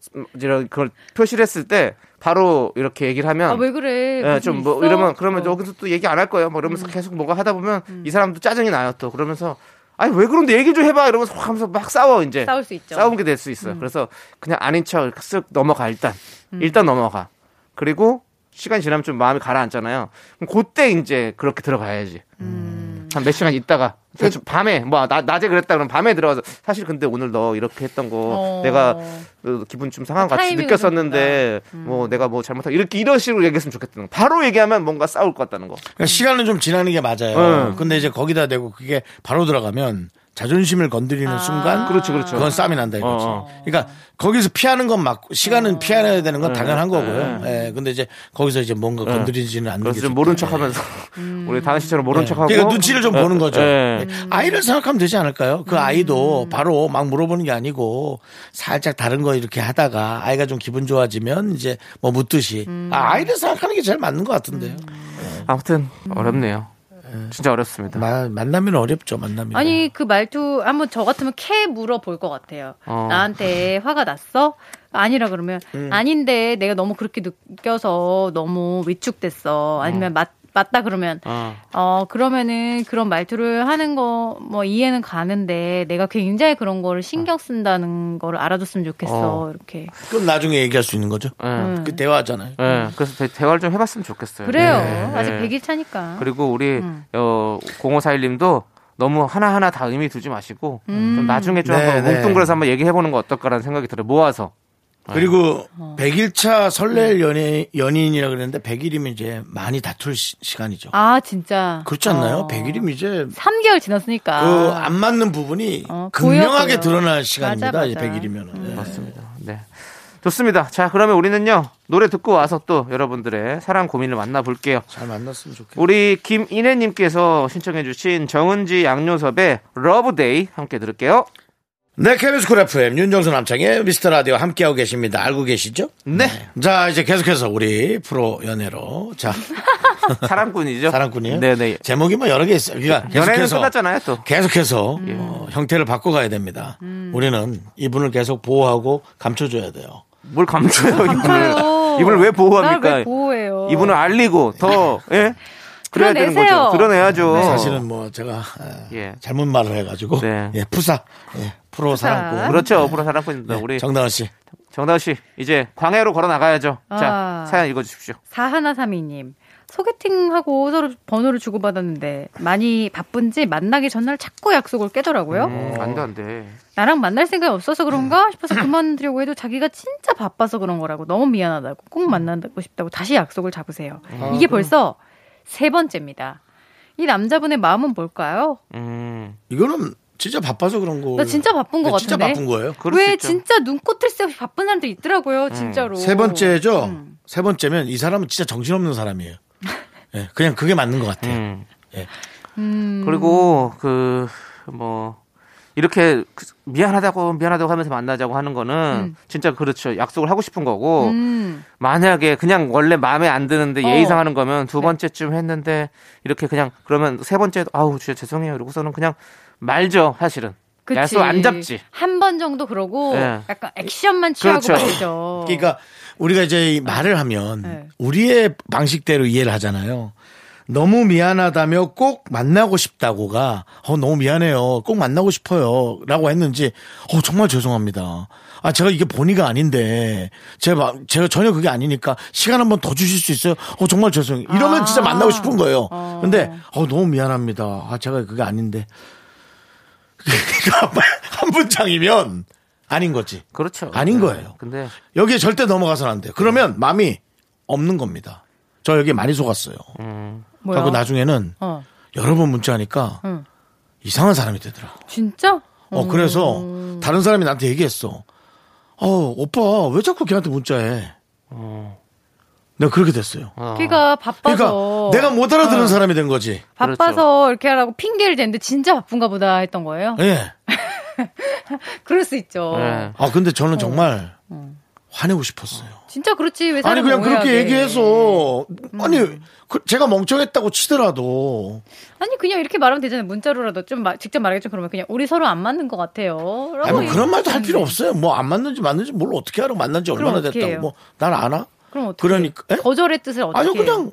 S3: 이런 그걸 표시를 했을 때 바로 이렇게 얘기를 하면
S7: 아, 왜 그래?
S3: 예,
S7: 무슨
S3: 좀 뭐
S7: 있어?
S3: 이러면 그러면
S7: 어. 음.
S3: 여기서 또 얘기 안 할 거예요. 뭐 이러면서 계속 뭐가 하다 보면 이 사람도 짜증이 나요. 또 그러면서 아니 왜 그런데 얘기 좀 해봐 이러면서 확 하면서 막 싸워 이제
S7: 싸울 수 있죠. 음.
S3: 싸운 게 될 수 있어요. 그래서 그냥 아닌 척 쓱 넘어가 일단 일단 넘어가 그리고 시간 이 지나면 좀 마음이 가라앉잖아요. 그럼 그때 이제 그렇게 들어가야지.
S7: 음.
S3: 한 몇 시간 있다가
S7: 네.
S3: 대충 밤에 뭐 나- 낮에 그랬다 그러면 밤에 들어가서 사실 근데 오늘 너 이렇게 했던 거
S7: 어.
S3: 내가 어, 기분 좀 상한 것 같이
S7: 타이밍을 음.
S3: 느꼈었는데 뭐 내가 뭐 잘못한 이렇게 이런 식으로 얘기했으면 좋겠다는 거 바로 얘기하면 뭔가 싸울 것 같다는 거
S2: 그러니까 시간은 좀 지나는 게 맞아요.
S3: 네.
S2: 근데 이제 거기다 대고 그게 바로 들어가면 자존심을 건드리는
S7: 아.
S2: 순간
S3: 그렇죠, 그렇죠. 어,
S2: 그건 쌈이 난다 이거지. 그러니까 거기서 피하는 건 맞고
S7: 어.
S2: 시간은 피해야 되는
S3: 네.
S2: 건 당연한 거고요. 예. 근데 이제 거기서 이제 뭔가 건드리지는 않는
S3: 그래서
S2: 게
S3: 좀
S2: 좋죠.
S3: 모른 척하면서
S7: 음.
S3: 우리 다은 씨처럼 모른
S2: 예.
S3: 척하고
S2: 그러니까 눈치를 좀 보는 거죠. 네.
S3: 예.
S2: 아이를 생각하면 되지 않을까요?
S7: 음.
S2: 그 아이도 바로 막 물어보는 게 아니고 살짝 다른 거 이렇게 하다가 아이가 좀 기분 좋아지면 이제 뭐 묻듯이
S7: 음.
S2: 아, 아이를 생각하는 게 제일 맞는 것 같은데요.
S3: 아무튼
S7: 음.
S3: 어렵네요. 진짜 어렵습니다.
S2: 마- 만나면 어렵죠, 만나면.
S7: 아니 그 말투 한번 저 같으면 캐 물어볼 것 같아요.
S3: 어.
S7: 나한테 화가 났어? 아니라 그러면 아닌데 내가 너무 그렇게 느껴서 너무 위축됐어. 아니면 맞 맞다 그러면
S3: 어.
S7: 어 그러면은 그런 말투를 하는 거 뭐 이해는 가는데 내가 굉장히 그런 거를 신경 쓴다는 거를 알아줬으면 좋겠어
S3: 어.
S7: 이렇게
S2: 그럼 나중에 얘기할 수 있는 거죠.
S3: 예.
S2: 그 대화잖아요.
S3: 예. 그래서 대, 대화를 좀 해봤으면 좋겠어요.
S7: 음. 그래요 아직 음.
S3: 네.
S7: 100일 차니까
S3: 그리고 우리 어, 0541님도 너무 하나하나 다 의미 두지 마시고
S7: 음.
S3: 좀 나중에 좀
S2: 네,
S3: 한번
S2: 네.
S3: 뭉뚱그려서 한번 얘기해보는 거 어떨까라는 생각이 들어요. 모아서.
S2: 그리고 100일차 설렐 연예, 연인이라 그랬는데 100일이면 이제 많이 다툴 시, 간이죠
S7: 아 진짜
S2: 그렇지 않나요?
S7: 어.
S2: 100일이면 이제
S7: 3개월 지났으니까
S2: 그 안 맞는 부분이
S7: 어,
S2: 극명하게
S7: 보여, 보여.
S2: 드러날 시간입니다.
S7: 맞아, 음.
S2: 이제
S7: 맞아.
S2: 100일이면.
S3: 맞습니다. 네. 좋습니다. 자, 그러면 우리는요, 노래 듣고 와서 또 여러분들의 사랑 고민을 만나볼게요.
S2: 잘 만났으면 좋겠어요.
S3: 우리 김인혜님께서 신청해주신 정은지 양요섭의 러브데이 함께 들을게요.
S2: 네, KBS 쿨 FM 윤정수 남창의 미스터 라디오 함께하고 계십니다. 알고 계시죠?
S3: 네.
S2: 자, 이제 계속해서 우리 프로 연애로. 자,
S3: 사랑꾼이죠.
S2: 사랑꾼이에요?
S3: 네네.
S2: 제목이 뭐 여러 개 있어요. 그러니까
S3: 연애는
S2: 계속해서
S3: 끝났잖아요, 또.
S2: 계속해서
S7: 음.
S2: 어, 형태를 바꿔가야 됩니다. 우리는 이분을 계속 보호하고 감춰줘야 돼요.
S3: 뭘
S7: 아,
S3: 감춰요, 이분을.
S7: 감춰요. 아,
S3: 이분을 왜
S7: 날
S3: 보호합니까?
S7: 왜 보호해요?
S3: 이분을 알리고 더, 예? 그래야 되는
S7: 드러내세요.
S3: 거죠. 드러내야죠.
S2: 사실은 뭐 제가 에,
S3: 어. 예.
S2: 잘못 말을 해가지고
S3: 네.
S2: 예, 푸사
S7: 아,
S2: 예, 프로 사랑꾼
S3: 그렇죠. 프로 사랑꾼입니다.
S2: 네,
S3: 우리
S2: 정다은 씨
S3: 정다우 씨 이제 광해로 걸어 나가야죠. 자
S7: 아.
S3: 사연 읽어주십시오.
S7: 4132님. 소개팅하고 서로 번호를 주고받았는데 많이 바쁜지 만나기 전날 자꾸 약속을 깨더라고요.
S3: 음, 안돼 안돼.
S7: 나랑 만날 생각이 없어서 그런가 싶어서 그만두려고 해도 자기가 진짜 바빠서 그런 거라고 너무 미안하다고 꼭 만나고 싶다고 다시 약속을 잡으세요.
S2: 아,
S7: 이게 벌써 세 번째입니다. 이 남자분의 마음은 뭘까요?
S3: 음,
S2: 이거는 진짜 바빠서 그런 거.
S7: 나 진짜 바쁜 거
S2: 네, 진짜
S7: 같은데.
S2: 바쁜 거예요.
S3: 그럴 수
S7: 왜
S3: 있죠.
S7: 진짜 눈꽃 뜰새 없이 바쁜 사람들 이 있더라고요,
S2: 음.
S7: 진짜로.
S2: 세 번째죠.
S7: 음.
S2: 세 번째면 이 사람은 진짜 정신없는 사람이에요. 예, 그냥 그게 맞는 것 같아요.
S3: 음.
S2: 예.
S7: 음,
S3: 그리고 그 뭐 이렇게 그- 미안하다고 미안하다고 하면서 만나자고 하는 거는 진짜 그렇죠. 약속을 하고 싶은 거고
S7: 음.
S3: 만약에 그냥 원래 마음에 안 드는데
S7: 어.
S3: 예의상 하는 거면 두 번째쯤 했는데 이렇게 그냥 그러면 세 번째도 아우 진짜 죄송해요 이러고서는 그냥 말죠 사실은
S7: 그치.
S3: 약속 안 잡지
S7: 한 번 정도 그러고
S3: 예.
S7: 약간 액션만 취하고
S3: 그렇죠.
S7: 말이죠.
S2: 그러니까 우리가 이제 이 말을 하면
S7: 네.
S2: 우리의 방식대로 이해를 하잖아요. 너무 미안하다며 꼭 만나고 싶다고가 어 너무 미안해요. 꼭 만나고 싶어요라고 했는지 어 정말 죄송합니다. 아 제가 이게 본의가 아닌데 제가 제가 전혀 그게 아니니까 시간 한번 더 주실 수 있어요? 어 정말 죄송해요. 이러면
S7: 아.
S2: 진짜 만나고 싶은 거예요.
S7: 어.
S2: 근데 어 너무 미안합니다. 아 제가 그게 아닌데 그러니까 한 문장이면 아닌 거지.
S3: 그렇죠
S2: 아닌 거예요.
S3: 근데
S2: 여기에 절대 넘어가선 안 돼요.
S7: 네.
S2: 그러면 마음이 없는 겁니다. 저 여기 많이 속았어요.
S7: 음.
S2: 그러니까
S7: 뭐야?
S2: 그리고 나중에는
S7: 어,
S2: 여러 번 문자하니까
S7: 응. 음.
S2: 이상한 사람이 되더라.
S7: 진짜?
S2: 어, 그래서 다른 사람이 나한테 얘기했어. 어, 오빠 왜 자꾸 걔한테 문자해?
S7: 어.
S2: 내가 그렇게 됐어요.
S7: 아. 걔가 바빠서
S2: 그러니까 내가 못 알아들은 사람이 된 거지.
S7: 바빠서 이렇게 하라고 핑계를 대는데 진짜 바쁜가 보다 했던 거예요.
S2: 예.
S7: 그럴 수 있죠.
S3: 예.
S2: 아, 근데
S7: 어.
S2: 저는 정말 화내고 싶었어요.
S7: 진짜 그렇지 왜
S2: 아니
S7: 사람을
S2: 그냥 그렇게
S7: 오해하게. 음.
S2: 얘기해서 아니 그- 제가 멍청했다고 치더라도
S7: 아니 그냥 이렇게 말하면 되잖아요. 문자로라도 좀 마- 직접 말하기 좀 그러면 그냥 우리 서로 안 맞는 것 같아요라고.
S2: 아니 뭐 그런 말도 할
S7: 얘기하면
S2: 필요 없어요. 뭐 안 맞는지 맞는지 몰라 어떻게 알아 만난 지
S7: 그럼
S2: 얼마나
S7: 어떻게 해요?
S2: 됐다고 뭐 난 아나?
S7: 그럼 어떻게?
S2: 그러니까 예?
S7: 거절의 뜻을 어떻게?
S2: 아니 그냥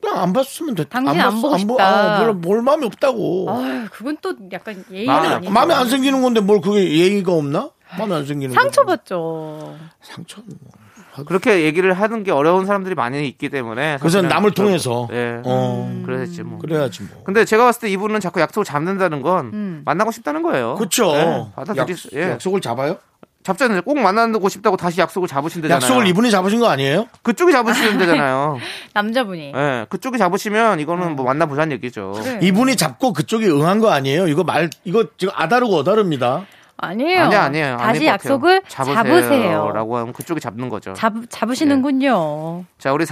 S2: 그냥 안 봤으면 됐다.
S7: 당신 안
S2: 봤-
S7: 보고
S2: 보-
S7: 싶다.
S2: 아, 뭘, 뭘 마음이 없다고.
S7: 아유, 그건 또 약간 예의가
S3: 마음이-
S7: 아니.
S2: 마음에 안 생기는 건데 뭘 그게 예의가 없나? 마음에 안 생기는 건데.
S7: 상처받죠.
S2: 상처. 뭐.
S3: 그렇게 얘기를 하는 게 어려운 사람들이 많이 있기 때문에
S2: 그래서
S3: 사실은
S2: 남을
S3: 좀-
S2: 통해서.
S3: 예
S2: 어.
S3: 그랬지 뭐
S2: 그래야지 뭐.
S3: 근데 제가 봤을 때 이분은 자꾸 약속을 잡는다는 건
S7: 음.
S3: 만나고 싶다는 거예요
S2: 그렇죠.
S3: 예, 받아들이 예.
S2: 약속을 잡아요?
S3: 잡잖아요 꼭 만나고 싶다고 다시 약속을 잡으신다잖아요
S2: 약속을 이분이 잡으신 거 아니에요?
S3: 그쪽이 잡으시면 되잖아요.
S7: 남자분이.
S3: 예, 그쪽이 잡으시면 이거는 뭐 만나보자는 얘기죠.
S7: 음. 그래요.
S2: 이분이 잡고 그쪽이 응한 거 아니에요? 이거 말 이거 지금 아다르고 어다릅니다.
S7: 아니에요.
S3: 아니 아니에요. 아닌
S7: 다시
S3: 것 같아요.
S7: 약속을 잡으세요.
S3: 잡으세요라고 하면 그쪽이 잡는 거죠.
S7: 잡 잡으시는군요.
S3: 자, 우리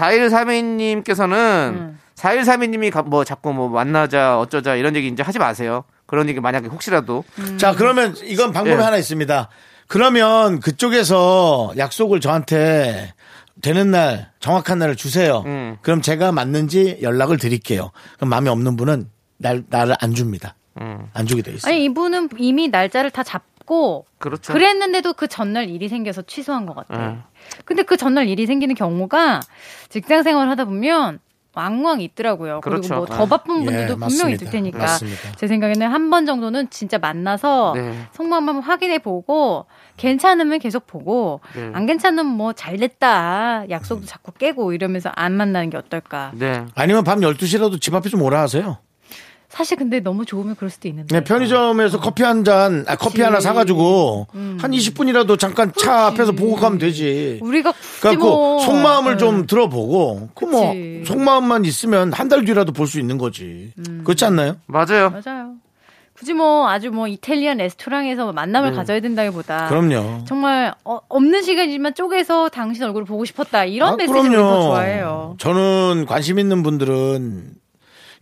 S3: 4132님께서는
S7: 음.
S3: 4132님이 뭐 자꾸 뭐 만나자 어쩌자 이런 얘기 이제 하지 마세요. 그런 얘기 만약에 혹시라도
S7: 음.
S2: 자, 그러면 이건 방법이
S3: 예.
S2: 하나 있습니다. 그러면 그쪽에서 약속을 저한테 되는 날 정확한 날을 주세요.
S3: 음.
S2: 그럼 제가 맞는지 연락을 드릴게요. 그럼 마음에 없는 분은 날 나를 안 줍니다.
S3: 음.
S2: 안 주게 돼 있어요.
S7: 아니 이분은 이미 날짜를 다 잡고
S3: 그렇죠.
S7: 그랬는데도 그 전날 일이 생겨서 취소한 것 같아요.
S3: 예.
S7: 근데 그 전날 일이 생기는 경우가 직장 생활 하다 보면 왕왕 있더라고요. 그리고
S3: 그렇죠.
S7: 뭐
S3: 예.
S7: 더 바쁜 분들도
S2: 예,
S7: 분명히
S2: 맞습니다.
S7: 있을 테니까
S2: 맞습니다.
S7: 제 생각에는 한 번 정도는 진짜 만나서
S3: 네.
S7: 속마음 한번 확인해 보고 괜찮으면 계속 보고
S3: 네.
S7: 안 괜찮으면 뭐 잘 됐다 약속도 자꾸 깨고 이러면서 안 만나는 게 어떨까.
S3: 네.
S2: 아니면 밤 12시라도 집 앞에 좀 오라 하세요.
S7: 사실 근데 너무 좋으면 그럴 수도 있는데.
S2: 네, 편의점에서 커피 한 잔, 아, 커피 하나 사가지고
S7: 음.
S2: 한 20분이라도 잠깐 차 앞에서 보고 가면 되지.
S7: 우리가 굳이
S2: 그러니까 그래갖고
S7: 뭐
S2: 속마음을
S7: 네.
S2: 좀 들어보고 그 뭐
S7: 그치.
S2: 속마음만 있으면 한 달 뒤라도 볼 수 있는 거지
S7: 음.
S2: 그렇지 않나요?
S3: 맞아요.
S7: 맞아요. 굳이 뭐 아주 뭐 이탈리안 레스토랑에서 만남을 가져야
S2: 네.
S7: 된다기보다
S2: 그럼요.
S7: 정말 어- 없는 시간이지만 쪼개서 당신 얼굴을 보고 싶었다 이런
S2: 아,
S7: 메시지를 우리 더 좋아해요.
S2: 저는 관심 있는 분들은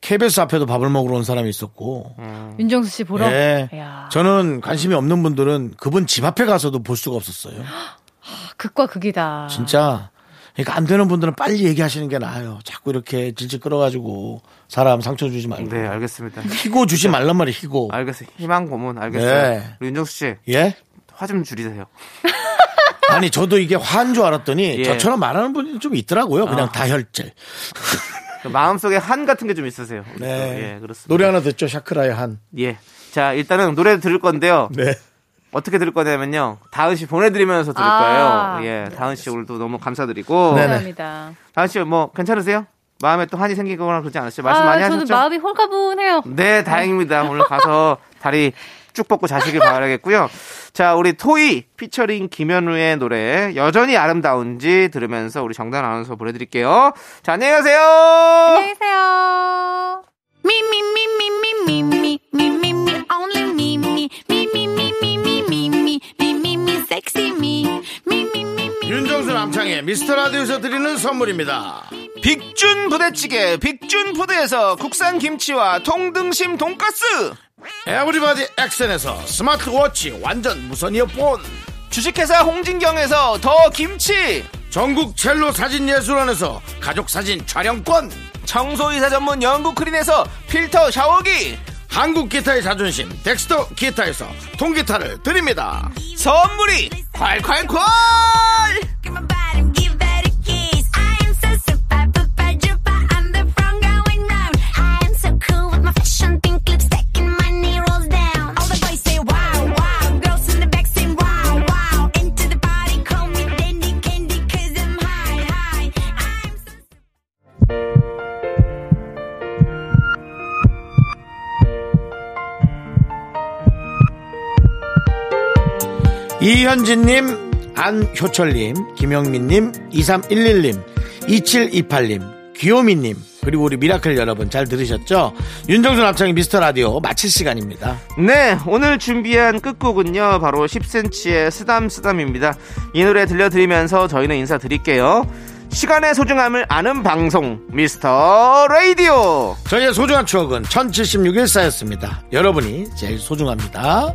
S2: KBS 앞에도 밥을 먹으러 온 사람이 있었고,
S7: 윤정수 씨 보러.
S2: 예.
S7: 이야,
S2: 저는 관심이 없는 분들은 그분 집 앞에 가서도 볼 수가 없었어요.
S7: 극과 극이다.
S2: 진짜. 그러니까 안 되는 분들은 빨리 얘기하시는 게 나아요. 자꾸 이렇게 질질 끌어가지고 사람 상처 주지
S7: 음.
S2: 말고.
S3: 네, 아, 알겠습니다.
S2: 희고 주지 말란 말이에요, 희고.
S3: 알겠어요. 희망 고문 알겠어요.
S2: 뭐. 네.
S3: 우리 윤정수 씨,
S2: 예?
S3: 화 좀 줄이세요.
S2: 아니 저도 이게 화인 줄 알았더니
S3: 예. 아.
S2: 저처럼 말하는 분이 좀 있더라고요. 그냥 다 혈질.
S3: 그 마음속에 한 같은 게 좀 있으세요.
S2: 네.
S3: 예, 그렇습니다.
S2: 노래 하나 듣죠. 샤크라의 한.
S3: 예. 자, 일단은 노래 들을 건데요.
S2: 네.
S3: 어떻게 들을 거냐면요. 다은 씨 보내드리면서 들을
S7: 아.
S3: 거예요. 예. 다은 씨 오늘도 너무 감사드리고.
S2: 네네.
S7: 감사합니다.
S3: 다은 씨 뭐 괜찮으세요? 마음에 또 한이 생긴 거나 그러지 않으시죠? 말씀
S7: 아,
S3: 많이
S7: 저는
S3: 하셨죠?
S7: 마음이 홀가분해요.
S3: 네, 다행입니다. 오늘 가서 다리 쭉 뻗고 자시길 바라겠고요. 자, 우리 토이 피처링 김현우의 노래 여전히 아름다운지 들으면서 우리 정단 아나운서 보내드릴게요. 자, 안녕히 가세요.
S7: 안녕히 계세요.
S4: Me, me, me, me, me, me, me, me, me, me, only me, me, me, me, me, me, me, me, me, me, me, me, sexy me, me, me, me, me.
S2: 윤정수 남창의 미스터 라디오에서 드리는 선물입니다.
S3: 빅준 부대찌개 빅준 푸드에서 국산 김치와 통등심 돈가스
S2: 에브리바디 액션에서 스마트워치 완전 무선 이어폰.
S3: 주식회사 홍진경에서 더 김치
S2: 전국 첼로 사진 예술원에서 가족 사진 촬영권.
S3: 청소이사 전문 영국 크린에서 필터 샤워기
S2: 한국 기타의 자존심. 덱스터 기타에서 통기타를 드립니다.
S3: 선물이 콸콸콸
S4: Give my body, give that a kiss. I am so super, super duper. I'm the front going round. I am so cool with my fashion, pink lipstick and my knee rolls down. All the boys say wow, wow. Girls in the back say wow, wow. Into the party, call me dandy candy, cause I'm high, high. I'm so
S2: 이현진님, 안효철님, 김영민님, 2311님, 2728님, 귀요미님, 그리고 우리 미라클 여러분 잘 들으셨죠? 윤정수 남창의 미스터 라디오 마칠 시간입니다.
S3: 네 오늘 준비한 끝곡은요 바로 10cm의 쓰담쓰담입니다 이 노래 들려드리면서 저희는 인사드릴게요 시간의 소중함을 아는 방송 미스터 라디오
S2: 저희의 소중한 추억은 1076일 사였습니다. 여러분이 제일 소중합니다.